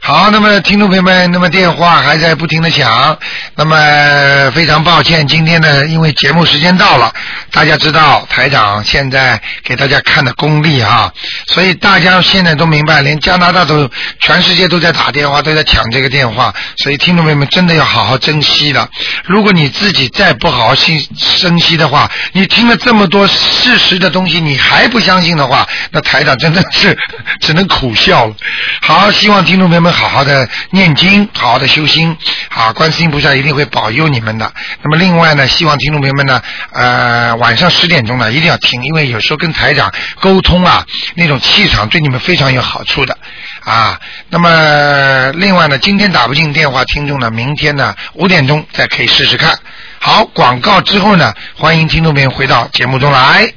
Speaker 1: 好，那么听众朋友们，那么电话还在不停的响，那么非常抱歉，今天呢，因为节目时间到了，大家知道台长现在给大家看的功力啊，所以大家现在都明白，连加拿大都全世界都在打电话，都在抢这个电话，所以听众朋友们真的要好好珍惜了。如果你自己再不好好惜珍惜的话，你听了这么多事实的东西，你还不相信的话，那台长真的 是只能苦笑了。好，希望听众朋友们好好的念经，好好的修心，啊，观世音菩萨一定会保佑你们的。那么另外呢，希望听众朋友们呢，呃，晚上十点钟呢一定要听，因为有时候跟台长沟通啊，那种气场对你们非常有好处的啊。那么另外呢，今天打不进电话听众呢，明天呢五点钟再可以试试看。好，广告之后呢，欢迎听众朋友回到节目中来。